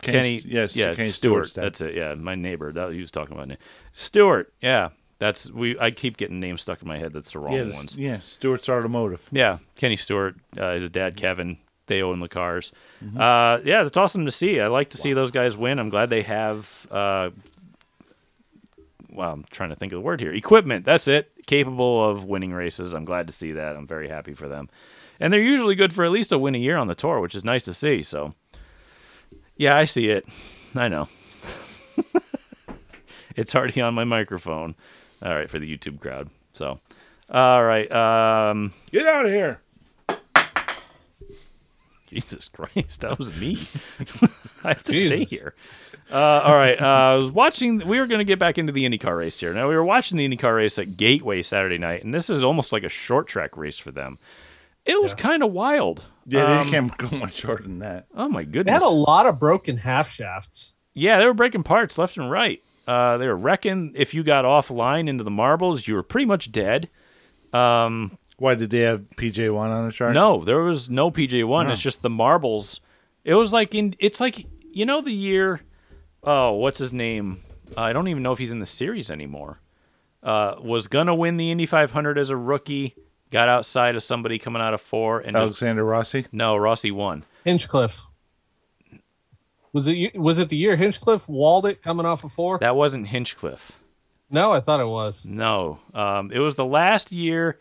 Speaker 3: Kane-
Speaker 2: Kenny.
Speaker 3: yes,
Speaker 2: yeah,
Speaker 3: Kane
Speaker 2: Stewart.
Speaker 3: Stewart's dad.
Speaker 2: That's it. Yeah, my neighbor. That he was talking about. name. Stewart. Yeah, that's we. I keep getting names stuck in my head. That's the wrong
Speaker 3: yeah, the-
Speaker 2: ones.
Speaker 3: yeah, Stewart's automotive.
Speaker 2: Yeah, Kenny Stewart, uh, his dad Kevin, they own the cars. Uh, yeah, that's awesome to see. I like to see those guys win. I'm glad they have. Uh, well, I'm trying to think of the word here. Equipment. That's it. Capable of winning races. I'm glad to see that. I'm very happy for them, and they're usually good for at least a win a year on the tour, which is nice to see. So, yeah, I see it. I know. it's already on my microphone. All right for the YouTube crowd. So, all right. Um,
Speaker 3: Get out of here.
Speaker 2: Jesus Christ, that was me. I have to
Speaker 4: Jesus.
Speaker 2: stay here. Uh, all right, uh, I was watching. We were going to get back into the IndyCar race here. Now we were watching the IndyCar race at Gateway Saturday night, and this is almost like a short track race for them. It was kind of wild.
Speaker 3: Yeah,
Speaker 2: Um,
Speaker 3: they can't go much shorter than that.
Speaker 2: Oh my
Speaker 4: They
Speaker 2: goodness!
Speaker 4: had a lot of broken half shafts.
Speaker 2: Yeah, they were breaking parts left and right. Uh, they were wrecking. If you got offline into the marbles, you were pretty much dead.
Speaker 3: Why did they have PJ one on the chart?
Speaker 2: No, there was no PJ one. It's just the marbles. It was like in. It's like you know the year. Oh, what's his name? Uh, I don't even know if he's in the series anymore. Uh, was gonna win the Indy 500 as a rookie. Got outside of somebody coming out of four, and just,
Speaker 3: Alexander Rossi.
Speaker 2: no, Rossi won.
Speaker 4: Hinchcliffe. Was it y- was it the year Hinchcliffe walled it coming off of four?
Speaker 2: That wasn't Hinchcliffe.
Speaker 4: no, I thought it was.
Speaker 2: No, um, it was the last year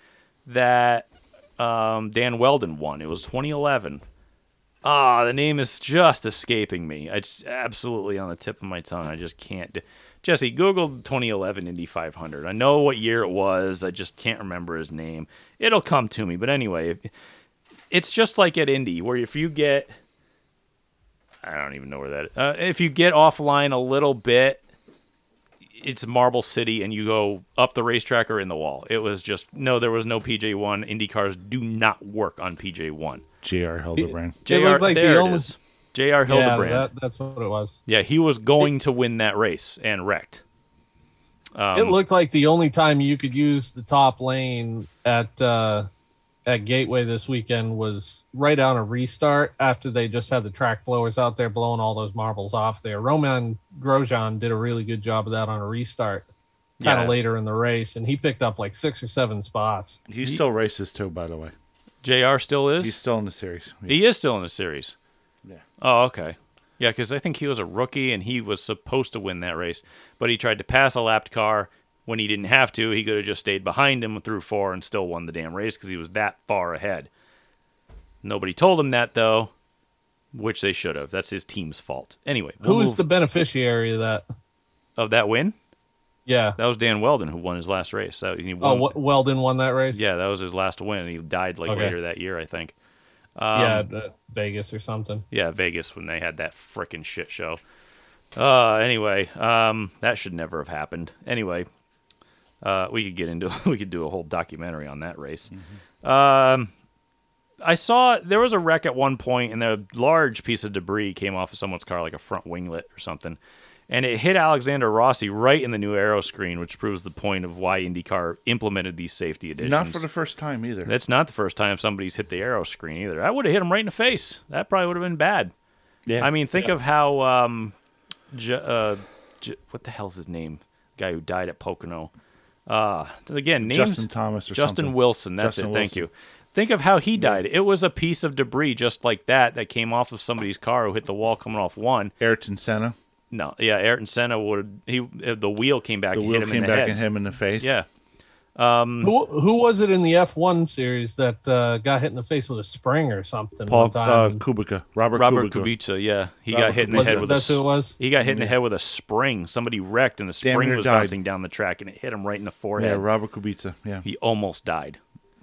Speaker 2: that um, Dan Weldon won. It was 2011. Ah, the name is just escaping me. It's absolutely on the tip of my tongue. I just can't. Do- Jesse, Google 2011 Indy 500. I know what year it was. I just can't remember his name. It'll come to me. But anyway, if- it's just like at Indy, where if you get, I don't even know where that. Uh, if you get offline a little bit, it's Marble City and you go up the racetrack or in the wall. It was just no, there was no PJ1. Indy cars do not work on PJ1.
Speaker 3: Jr. Hildebrand.
Speaker 4: It looked like the
Speaker 2: there it
Speaker 4: only-
Speaker 2: is. JR
Speaker 4: Yeah,
Speaker 2: Hildebrand.
Speaker 4: that, that's what it was.
Speaker 2: yeah, he was going to win that race and wrecked. Um,
Speaker 4: it looked like the only time you could use the top lane at uh, at Gateway this weekend was right on a restart after they just had the track blowers out there blowing all those marbles off there. Roman Grosjean did a really good job of that on a restart kind of
Speaker 2: Yeah.
Speaker 4: later in the race, and he picked up like six or seven spots.
Speaker 3: He still races too, by the way.
Speaker 2: JR still is.
Speaker 3: He's still in the series.
Speaker 2: he is still in the series.
Speaker 3: Yeah.
Speaker 2: Oh, okay. Yeah, because I think he was a rookie and he was supposed to win that race, but he tried to pass a lapped car when he didn't have to. He could have just stayed behind him through four and still won the damn race because he was that far ahead. Nobody told him that though, which they should have. That's his team's fault. Anyway,
Speaker 4: Who
Speaker 2: we'll
Speaker 4: was
Speaker 2: move-
Speaker 4: the beneficiary of that?
Speaker 2: of that win?
Speaker 4: Yeah.
Speaker 2: That was Dan Weldon who won his last race. That, he
Speaker 4: Oh,
Speaker 2: won,
Speaker 4: w- Weldon won that race.
Speaker 2: yeah, that was his last win. He died like
Speaker 4: Okay.
Speaker 2: later that year, I think.
Speaker 4: yeah,
Speaker 2: Um,
Speaker 4: at Vegas or something.
Speaker 2: Yeah, Vegas when they had that frickin' shit show. Uh, anyway, um, that should never have happened. Anyway, uh, we could get into we could do a whole documentary on that race. Um, I saw there was a wreck at one point, and a large piece of debris came off of someone's car, like a front winglet or something, and it hit Alexander Rossi right in the new arrow screen, which proves the point of why IndyCar implemented these safety additions.
Speaker 3: Not for the first time either.
Speaker 2: That's not the first time somebody's hit the arrow screen either. I would have hit him right in the face. That probably would have been bad.
Speaker 3: yeah.
Speaker 2: I mean, think of how um, J- uh, J- what the hell's his name? guy who died at Pocono. Uh, again, names
Speaker 3: Justin Thomas or
Speaker 2: Justin
Speaker 3: something.
Speaker 2: Wilson. That's
Speaker 3: Justin
Speaker 2: it. Thank
Speaker 3: Wilson.
Speaker 2: you. Think of how he died. It was a piece of debris just like that that came off of somebody's car who hit the wall coming off one.
Speaker 3: Ayrton Senna.
Speaker 2: No, yeah, Ayrton Senna would he uh, the wheel came back
Speaker 3: The
Speaker 2: and
Speaker 3: wheel
Speaker 2: hit him
Speaker 3: came
Speaker 2: in the
Speaker 3: back
Speaker 2: head.
Speaker 3: and hit him in the face.
Speaker 2: Yeah, hmm.
Speaker 4: Who who was it in the F one series that uh, got hit in the face with a spring or something?
Speaker 3: Paul
Speaker 4: one
Speaker 3: uh,
Speaker 4: time?
Speaker 3: Kubica. Robert,
Speaker 2: Robert
Speaker 3: Kubica.
Speaker 2: Kubica. Yeah, he
Speaker 3: Robert
Speaker 2: got hit in the
Speaker 4: Was
Speaker 2: head
Speaker 4: it-
Speaker 2: with
Speaker 4: that's
Speaker 2: a
Speaker 4: who it was.
Speaker 2: he got hit in the head with a spring. Somebody wrecked and the
Speaker 3: Damn
Speaker 2: spring
Speaker 3: near
Speaker 2: was
Speaker 3: died.
Speaker 2: bouncing down the track and it hit him right in the
Speaker 3: Yeah,
Speaker 2: forehead.
Speaker 3: Robert Kubica. Yeah.
Speaker 2: he almost died.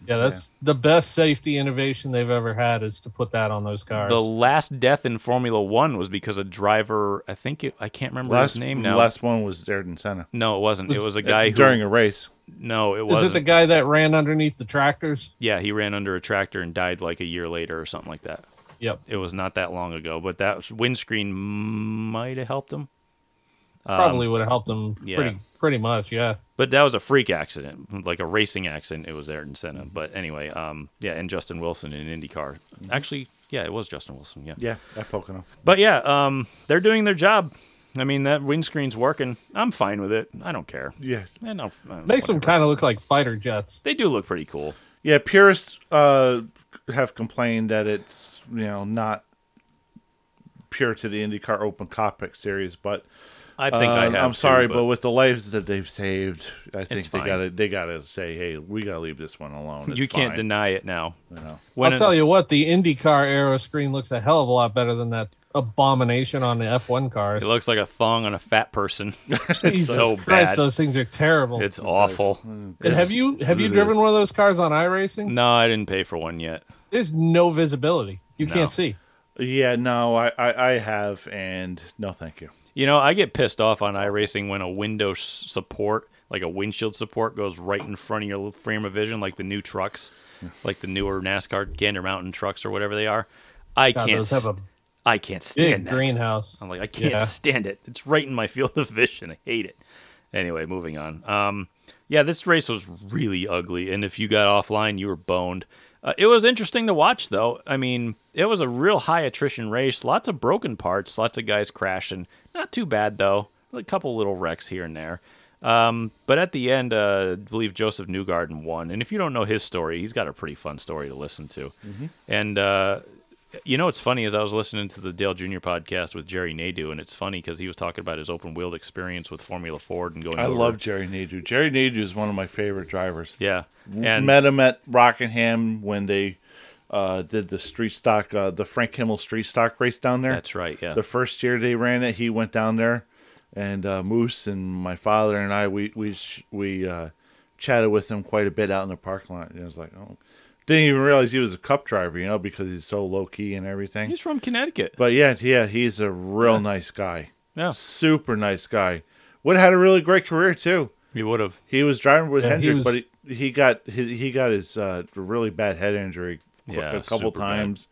Speaker 4: Yeah, that's the best safety innovation they've ever had is to put that on those cars.
Speaker 2: The last death in Formula One was because a driver. I think it, I can't remember
Speaker 3: Last
Speaker 2: his name now.
Speaker 3: Last one was Ayrton Senna.
Speaker 2: no, it wasn't. it
Speaker 4: Was-
Speaker 2: was a guy who.
Speaker 3: during a race.
Speaker 2: no, it
Speaker 4: is
Speaker 2: wasn't.
Speaker 4: it the guy that ran underneath the tractors?
Speaker 2: yeah, he ran under a tractor and died like a year later or something like that.
Speaker 4: Yep.
Speaker 2: It was not that long ago, but that windscreen might have helped him.
Speaker 4: Probably would have helped them
Speaker 2: Um, yeah.
Speaker 4: pretty pretty much, yeah.
Speaker 2: But that was a freak accident, like a racing accident. It was Ayrton Senna. But anyway, um, yeah, and Justin Wilson in IndyCar. Actually, yeah, it was Justin Wilson. Yeah.
Speaker 3: Yeah, at Pocono.
Speaker 2: But yeah, um, they're doing their job. I mean, that windscreen's working. I'm fine with it. I don't care.
Speaker 3: Yeah,
Speaker 2: And I'll, I don't-
Speaker 4: Makes
Speaker 2: Eh,
Speaker 4: them
Speaker 2: whatever.
Speaker 4: kind of look like fighter jets.
Speaker 2: They do look pretty cool.
Speaker 3: yeah. Purists uh, have complained that it's you know not pure to the IndyCar Open Cockpit Series, but
Speaker 2: I think I
Speaker 3: um,
Speaker 2: have.
Speaker 3: I'm sorry,
Speaker 2: too,
Speaker 3: but, with the lives that they've saved, I think they
Speaker 2: fine.
Speaker 3: got to they got to say, hey, we got to leave this one alone. It's
Speaker 2: you can't
Speaker 3: fine.
Speaker 2: deny it now.
Speaker 3: know.
Speaker 2: When
Speaker 4: I'll tell you what, the IndyCar aero screen looks a hell of a lot better than that abomination on the F1 cars.
Speaker 2: It looks like a thong on a fat person. it's
Speaker 4: Jesus
Speaker 2: so
Speaker 4: Christ,
Speaker 2: bad.
Speaker 4: Those things are terrible.
Speaker 2: It's awful.
Speaker 4: and have you have you driven one of those cars on iRacing?
Speaker 2: No, I didn't pay for one yet.
Speaker 4: There's no visibility. You
Speaker 2: No.
Speaker 4: can't see.
Speaker 3: Yeah, no, I, I I have, and no, thank you.
Speaker 2: You know, I get pissed off on iRacing when a window s- support, like a windshield support, goes right in front of your little frame of vision, like the new trucks, like the newer NASCAR Gander Mountain trucks or whatever they are. I
Speaker 4: God,
Speaker 2: can't.
Speaker 4: those have
Speaker 2: s-
Speaker 4: a
Speaker 2: I can't stand
Speaker 4: Big
Speaker 2: that.
Speaker 4: greenhouse.
Speaker 2: I'm like, I can't
Speaker 4: Yeah.
Speaker 2: stand it. It's right in my field of vision. I hate it. Anyway, moving on. Um, yeah, this race was really ugly, and if you got offline, you were boned. Uh, it was interesting to watch, though. I mean, it was a real high attrition race. Lots of broken parts, lots of guys crashing. Not too bad though. A couple little wrecks here and there. Um, but at the end, uh, I believe Joseph Newgarden won. And if you don't know his story, he's got a pretty fun story to listen to.
Speaker 3: Mm-hmm.
Speaker 2: And uh, you know what's funny is I was listening to the Dale Jr. podcast with Jerry Nadeau, and it's funny because he was talking about his open wheeled experience with Formula Ford and going.
Speaker 3: I
Speaker 2: over-
Speaker 3: love Jerry Nadeau. Jerry Nadeau is one of my favorite drivers.
Speaker 2: Yeah, and
Speaker 3: met him at Rockingham when they uh, did the street stock, uh, the Frank Himmel street stock race down there.
Speaker 2: that's right. Yeah,
Speaker 3: The first year they ran it, he went down there, and uh, Moose and my father and I, we we sh- we uh, chatted with him quite a bit out in the parking lot. And I was like, oh, didn't even realize he was a cup driver, you know, because he's so low key and everything.
Speaker 2: he's from Connecticut.
Speaker 3: But yeah, yeah, he's a real nice guy.
Speaker 2: Yeah.
Speaker 3: Super nice guy. Would have had a really great career too.
Speaker 2: He would have.
Speaker 3: He was driving with
Speaker 4: Yeah, he
Speaker 3: Hendrick,
Speaker 4: was-
Speaker 3: but he, he got he, he got his uh, really bad head injury qu-
Speaker 2: Yeah,
Speaker 3: a couple
Speaker 2: super bad.
Speaker 3: times.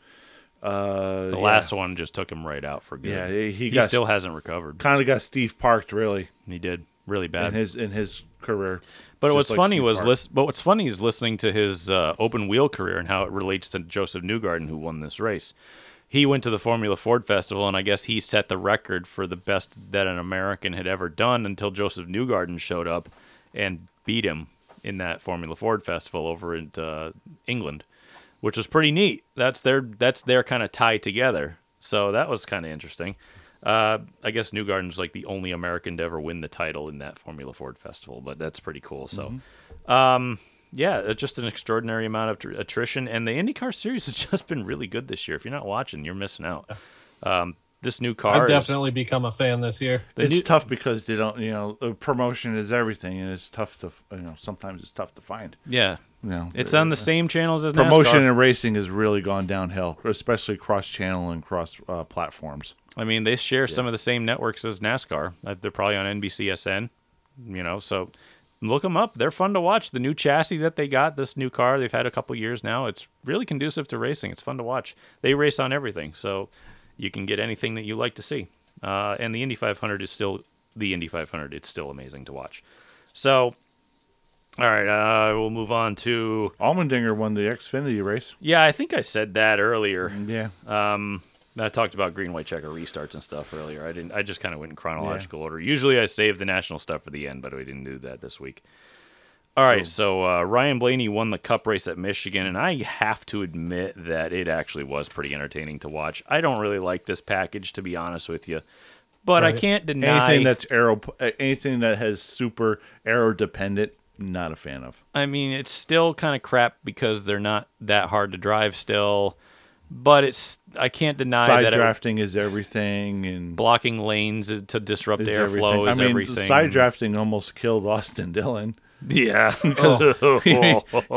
Speaker 3: Uh,
Speaker 2: The last one just took him right out for good.
Speaker 3: Yeah, he- he
Speaker 2: he
Speaker 3: got
Speaker 2: still
Speaker 3: st-
Speaker 2: hasn't recovered.
Speaker 3: kind of got Steve parked really
Speaker 2: He did really
Speaker 3: in
Speaker 2: bad.
Speaker 3: his in his career.
Speaker 2: But
Speaker 3: Just
Speaker 2: what's
Speaker 3: like
Speaker 2: funny
Speaker 3: Steve
Speaker 2: was
Speaker 3: Park.
Speaker 2: list, but what's funny is listening to his uh, open wheel career and how it relates to Joseph Newgarden who won this race. He went to the Formula Ford Festival and I guess he set the record for the best that an American had ever done until Joseph Newgarden showed up and beat him in that Formula Ford Festival over in uh, England, which was pretty neat. That's their that's their kind of tie together. So that was kind of interesting. Uh, I guess Newgarden's like the only American to ever win the title in that Formula Ford Festival, but that's pretty cool. So, um, yeah, it's just an extraordinary amount of tr- attrition, and the IndyCar series has just been really good this year. If you're not watching, you're missing out. Um, this new car,
Speaker 4: I've
Speaker 2: is-
Speaker 4: definitely become a fan this year.
Speaker 2: the
Speaker 3: it's
Speaker 2: new-
Speaker 3: tough because they don't, you know, uh, promotion is everything, and it's tough to, f- you know, sometimes it's tough to find.
Speaker 2: yeah,
Speaker 3: You know,
Speaker 2: it's
Speaker 3: uh,
Speaker 2: on the same channels as
Speaker 3: promotion
Speaker 2: NASCAR.
Speaker 3: and racing has really gone downhill, especially cross channel and cross uh, platforms.
Speaker 2: I mean, they share some of the same networks as NASCAR. Uh, They're probably on NBCSN, you know. So look them up. They're fun to watch. The new chassis that they got, this new car they've had a couple years now, it's really conducive to racing. It's fun to watch. They race on everything, so you can get anything that you like to see. Uh, and the Indy 500 is still the Indy 500. It's still amazing to watch. So, all right, uh, we'll move on to
Speaker 3: Almendinger won the Xfinity race.
Speaker 2: yeah. I think I said that earlier.
Speaker 3: Yeah,
Speaker 2: I talked about green, white checker restarts and stuff earlier. I didn't. I just kind of went in chronological order. Usually, I save the national stuff for the end, but we didn't do that this week. All right, so, uh, Ryan Blaney won the Cup race at Michigan, and I have to admit that it actually was pretty entertaining to watch. I don't really like this package, to be honest with you, but I
Speaker 4: Right.
Speaker 2: can't deny
Speaker 3: Anything that's aero, uh, anything that has super aero dependent, not a fan of.
Speaker 2: I mean, it's still kind of crap because they're not that hard to drive still, but it's I can't deny
Speaker 3: Side
Speaker 2: that it-
Speaker 3: drafting is everything, and
Speaker 2: blocking lanes is- to disrupt
Speaker 3: is
Speaker 2: airflow
Speaker 3: everything. I
Speaker 2: is
Speaker 3: mean,
Speaker 2: everything.
Speaker 3: side drafting almost killed Austin Dillon.
Speaker 2: yeah, 'cause-
Speaker 3: he,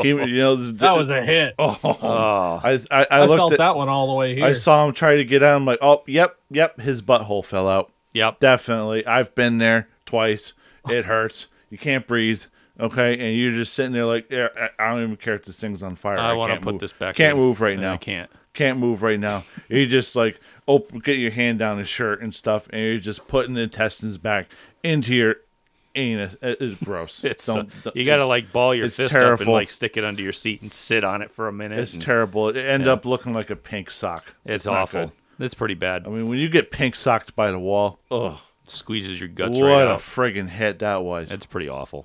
Speaker 3: you know,
Speaker 4: That was a hit.
Speaker 3: Oh,
Speaker 2: Ah.
Speaker 3: I, I, I
Speaker 4: I,
Speaker 3: looked
Speaker 4: felt
Speaker 3: at,
Speaker 4: that one all the way here.
Speaker 3: I saw him try to get out. I'm like, oh, yep, yep, his butthole fell out.
Speaker 2: yep.
Speaker 3: Definitely. I've been there twice. It hurts. You can't breathe. Okay, and you're just sitting there like, "Yeah, I I don't even care if this thing's on fire.
Speaker 2: I want to
Speaker 3: can't
Speaker 2: put
Speaker 3: move.
Speaker 2: this back.
Speaker 3: Can't
Speaker 2: in.
Speaker 3: move right
Speaker 2: And
Speaker 3: now.
Speaker 2: I can't.
Speaker 3: Can't move right now. You just like open, get your hand down his shirt and stuff, and you're just putting the intestines back into your anus. It- It's gross.
Speaker 2: It's
Speaker 3: Don't-
Speaker 2: uh,
Speaker 3: don't-
Speaker 2: you got to
Speaker 3: it's-
Speaker 2: like ball your
Speaker 3: it's
Speaker 2: fist up and
Speaker 3: terrible.
Speaker 2: like stick it under your seat and sit on it for a minute.
Speaker 3: It's
Speaker 2: and
Speaker 3: terrible. It end up looking like a pink sock.
Speaker 2: It's
Speaker 3: not
Speaker 2: awful.
Speaker 3: good.
Speaker 2: It's pretty bad.
Speaker 3: I mean, when you get pink socked by the wall, ugh,
Speaker 2: Squeezes your guts
Speaker 3: what
Speaker 2: right
Speaker 3: a uh,
Speaker 2: out.
Speaker 3: friggin' hit that was.
Speaker 2: It's pretty awful.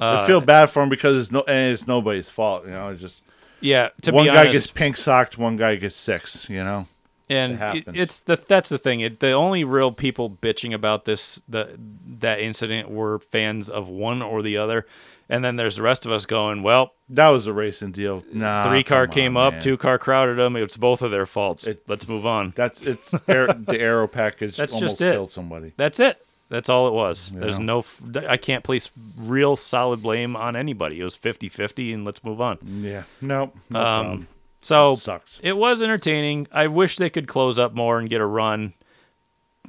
Speaker 3: I feel bad for him because it's no, and it's nobody's fault. You know, it's just
Speaker 2: yeah. To
Speaker 3: one
Speaker 2: be
Speaker 3: guy
Speaker 2: honest,
Speaker 3: gets pink socked, one guy gets six. You know,
Speaker 2: and it-
Speaker 3: happens.
Speaker 2: it's the that's the thing. It, the only real people bitching about this the that incident were fans of one or the other, and then there's the rest of us going, well,
Speaker 3: that was a racing deal. Nah,
Speaker 2: three car
Speaker 3: Ah, come
Speaker 2: came
Speaker 3: on,
Speaker 2: up,
Speaker 3: man.
Speaker 2: two car crowded them. It's both of their faults. Let's move on.
Speaker 3: That's it's air, the arrow package.
Speaker 2: That's just
Speaker 3: almost
Speaker 2: it.
Speaker 3: killed somebody.
Speaker 2: That's it. That's all it was. There's no, f- I can't place real solid blame on anybody. It was 50 50, and let's move on.
Speaker 3: Yeah, nope.
Speaker 2: Um,
Speaker 3: No problem.
Speaker 2: So
Speaker 3: That sucks.
Speaker 2: it was entertaining. I wish they could close up more and get a run.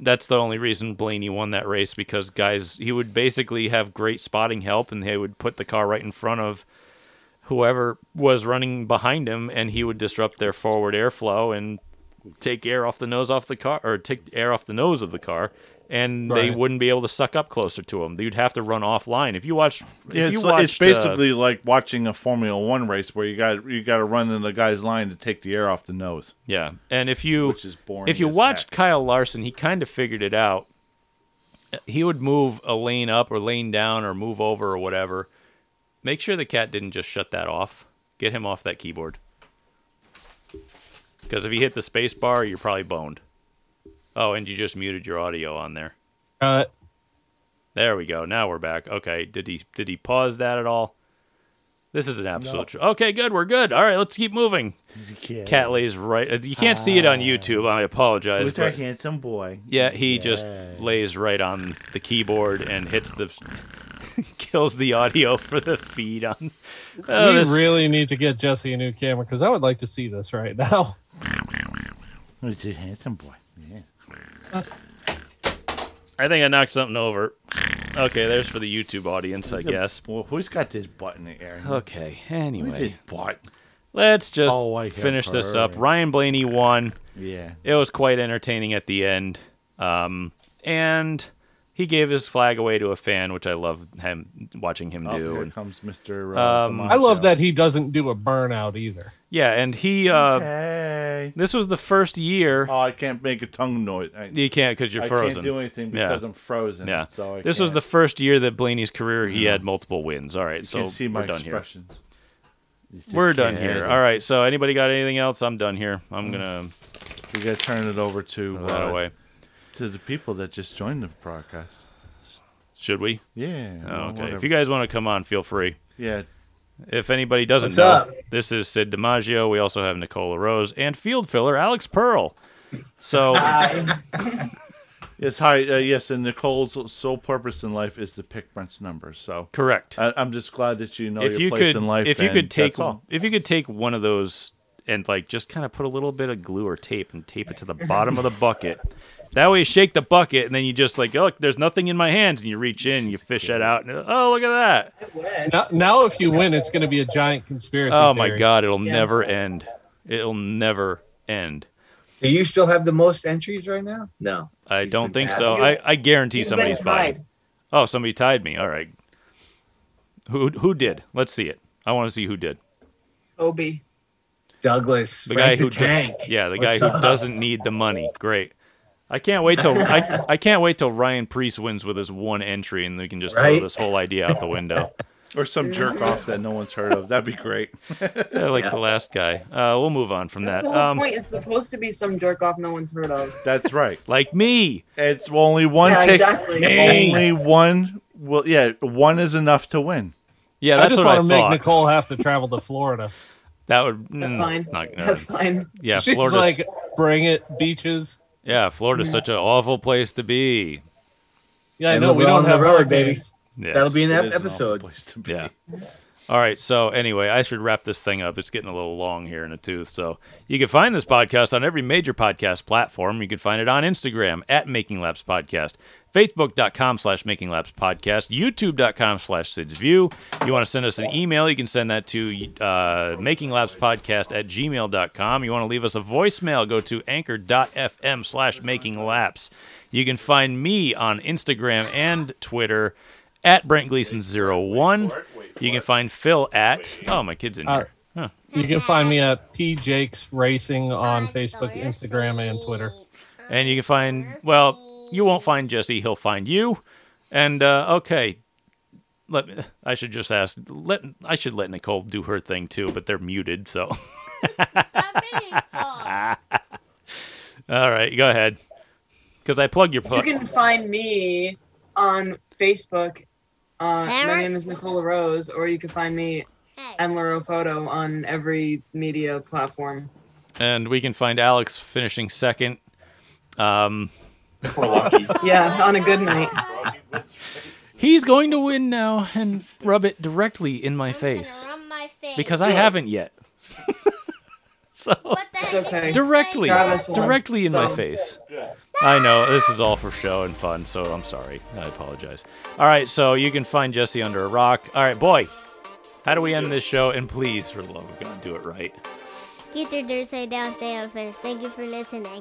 Speaker 2: That's the only reason Blaney won that race because guys, he would basically have great spotting help and they would put the car right in front of whoever was running behind him and he would disrupt their forward airflow and take air off the nose off the car or take air off the nose of the car and they
Speaker 4: Right.
Speaker 2: wouldn't be able to suck up closer to him. You'd have to run offline. If you watch if
Speaker 3: Yeah,
Speaker 2: you
Speaker 3: it's,
Speaker 2: watched,
Speaker 3: it's
Speaker 2: uh,
Speaker 3: basically like watching a Formula One race where you got you got to run in the guy's line to take the air off the nose.
Speaker 2: Yeah, and if you
Speaker 3: Which is boring
Speaker 2: if you
Speaker 3: as
Speaker 2: watched
Speaker 3: heck.
Speaker 2: Kyle Larson, he kind of figured it out. He would move a lane up or lane down or move over or whatever. Make sure the cat didn't just shut that off. Get him off that keyboard. Because if you hit the space bar, you're probably boned. Oh, and you just muted your audio on there.
Speaker 4: Uh,
Speaker 2: There we go. Now we're back. Okay. Did he did he pause that at all? This is an absolute. tr- Okay, good. We're good. All right, let's keep moving. Cat lays right. uh, You can't see it on YouTube. I apologize. but-
Speaker 3: handsome boy.
Speaker 2: yeah, he just lays right on the keyboard and hits the kills the audio for the feed on. Oh,
Speaker 4: we
Speaker 2: this-
Speaker 4: really need to get Jesse a new camera because I would like to see this right now.
Speaker 3: He's a handsome boy. Yeah.
Speaker 2: I think I knocked something over. Okay, there's for the YouTube audience, I guess.
Speaker 3: Well, who's got this button in there?
Speaker 2: Okay.
Speaker 3: Who's
Speaker 2: Anyway,
Speaker 3: this butt?
Speaker 2: let's just
Speaker 3: Oh, I have
Speaker 2: finish this up.
Speaker 3: heard.
Speaker 2: Ryan Blaney won.
Speaker 3: Yeah.
Speaker 2: it was quite entertaining at the end. Um, and he gave his flag away to a fan, which I love him watching him
Speaker 3: Oh,
Speaker 2: do.
Speaker 3: here
Speaker 2: And-
Speaker 3: comes Mr. uh,
Speaker 2: Um,
Speaker 4: I love
Speaker 3: DiMaggio.
Speaker 4: that he doesn't do a burnout either.
Speaker 2: yeah, and he uh,
Speaker 3: Hey.
Speaker 2: this was the first year
Speaker 3: Oh, I can't make a tongue noise. I,
Speaker 2: you can't because you're
Speaker 3: I
Speaker 2: frozen.
Speaker 3: can't do anything
Speaker 2: Yeah.
Speaker 3: because I'm frozen.
Speaker 2: yeah,
Speaker 3: So I
Speaker 2: this
Speaker 3: can't.
Speaker 2: was the first year that Blaney's career he had multiple wins. All right,
Speaker 3: You
Speaker 2: so
Speaker 3: can see
Speaker 2: we're
Speaker 3: my
Speaker 2: done
Speaker 3: expressions.
Speaker 2: here. We're done here. All right, so anybody got anything else? I'm done here.
Speaker 3: Mm.
Speaker 2: I'm gonna
Speaker 3: We gotta turn it over to
Speaker 2: throw that
Speaker 3: uh,
Speaker 2: away.
Speaker 3: to the people that just joined the broadcast.
Speaker 2: Should we?
Speaker 3: Yeah.
Speaker 2: Oh,
Speaker 3: well,
Speaker 2: okay. If
Speaker 3: whatever.
Speaker 2: you guys want to come on, feel free.
Speaker 3: yeah.
Speaker 2: If anybody doesn't
Speaker 8: What's
Speaker 2: know,
Speaker 8: up?
Speaker 2: this is Sid DiMaggio. We also have Nicola Rose and field filler Alex Pearl. So
Speaker 3: Yes. Hi. Uh, yes. And Nicole's sole purpose in life is to pick Brent's number. So
Speaker 2: correct.
Speaker 3: I, I'm just glad that you know
Speaker 2: if
Speaker 3: your
Speaker 2: you
Speaker 3: place
Speaker 2: could,
Speaker 3: in life.
Speaker 2: if you
Speaker 3: and
Speaker 2: could take,
Speaker 3: that's all.
Speaker 2: if you could take one of those and like just kind of put a little bit of glue or tape and tape it to the bottom of the bucket. That way, you shake the bucket and then you just like, oh, look, there's nothing in my hands, and you reach in, you fish that out, and oh, look at that.
Speaker 4: Now, now if you win, it's going to be a giant conspiracy.
Speaker 2: Oh my
Speaker 4: theory.
Speaker 2: God, it'll never end. It'll never end.
Speaker 8: Do you still have the most entries right now? No.
Speaker 2: I
Speaker 8: He's
Speaker 2: don't
Speaker 8: been
Speaker 2: think
Speaker 8: bad.
Speaker 2: so. I, I guarantee somebody's
Speaker 9: been
Speaker 2: buying.
Speaker 9: tied.
Speaker 2: Oh, somebody tied me. All right. Who who did? Let's see it. I want to see who did.
Speaker 9: Toby.
Speaker 8: Douglas,
Speaker 2: The
Speaker 8: Frank
Speaker 2: guy
Speaker 8: the
Speaker 2: who do-
Speaker 8: tank.
Speaker 2: Yeah, the
Speaker 8: What's
Speaker 2: guy who
Speaker 8: up?
Speaker 2: doesn't need the money. Great. I can't wait till I, I can't wait till Ryan Priest wins with his one entry and we can just throw
Speaker 8: Right?
Speaker 2: this whole idea out the window.
Speaker 3: Or some jerk off that no one's heard of. That'd be great.
Speaker 2: Yeah, like
Speaker 8: Yeah.
Speaker 2: the last guy. Uh, we'll move on from
Speaker 9: That's
Speaker 2: that.
Speaker 9: the whole
Speaker 2: Um,
Speaker 9: point. It's supposed to be some jerk off no one's heard of.
Speaker 3: That's right.
Speaker 2: like me.
Speaker 3: It's only one
Speaker 9: Yeah,
Speaker 3: take.
Speaker 9: exactly.
Speaker 3: Only one will. Yeah, one is enough to win.
Speaker 2: Yeah,
Speaker 4: I
Speaker 2: that's
Speaker 4: just
Speaker 2: what I
Speaker 4: want to make
Speaker 2: thought.
Speaker 4: Nicole have to travel to Florida.
Speaker 2: That would
Speaker 9: That's
Speaker 2: mm,
Speaker 9: fine.
Speaker 2: not- no.
Speaker 9: That's fine.
Speaker 2: yeah,
Speaker 4: She's
Speaker 2: Florida's
Speaker 4: like, bring it, beaches.
Speaker 2: yeah, Florida's such an awful place to be.
Speaker 4: Yeah, I
Speaker 8: And
Speaker 4: know
Speaker 8: the
Speaker 4: we
Speaker 8: road
Speaker 4: don't
Speaker 8: on the
Speaker 4: have
Speaker 8: road,
Speaker 4: hurricanes.
Speaker 2: Yeah,
Speaker 8: That'll be an
Speaker 3: It
Speaker 8: ep-
Speaker 3: is an awful
Speaker 8: episode.
Speaker 3: place to be.
Speaker 2: yeah. All right, so anyway, I should wrap this thing up. It's getting a little long here in the tooth. So you can find this podcast on every major podcast platform. You can find it on Instagram at Making Laps Podcast, Facebook.com slash Making Laps Podcast, YouTube.com slash Sid's View. You want to send us an email, you can send that to uh, Making Laps Podcast at gmail.com. You want to leave us a voicemail, go to anchor.fm slash Making Laps. You can find me on Instagram and Twitter at Brent Gleason01. You can find Phil at. Oh, my kid's in
Speaker 4: Uh,
Speaker 2: here. Huh.
Speaker 4: You can find me at P Jake's Racing on Facebook, Instagram, and Twitter.
Speaker 2: And you can find. Well, you won't find Jesse. He'll find you. And uh, okay, let me. I should just ask. Let I should let Nicole do her thing too, but they're muted. So all right, go ahead. Because I plug your
Speaker 9: You
Speaker 2: plug.
Speaker 9: can find me on Facebook. Uh, my name is Nicola Rose, or you can find me and Laro Photo on every media platform.
Speaker 2: and we can find Alex finishing second. Um,
Speaker 10: We're lucky.
Speaker 9: Yeah, on a good night.
Speaker 2: he's going to win now and rub it directly in my face because I haven't yet. so
Speaker 9: It's okay.
Speaker 2: directly,
Speaker 9: Travis won,
Speaker 2: directly in my
Speaker 9: so-
Speaker 2: face. I know this is all for show and fun, so I'm sorry. I apologize. All right, so you can find Jesse under a rock. All right, boy, how do we end this show? And please, for the love of God, do it right.
Speaker 10: Get your dirt side down, stay on fence. Thank you for listening.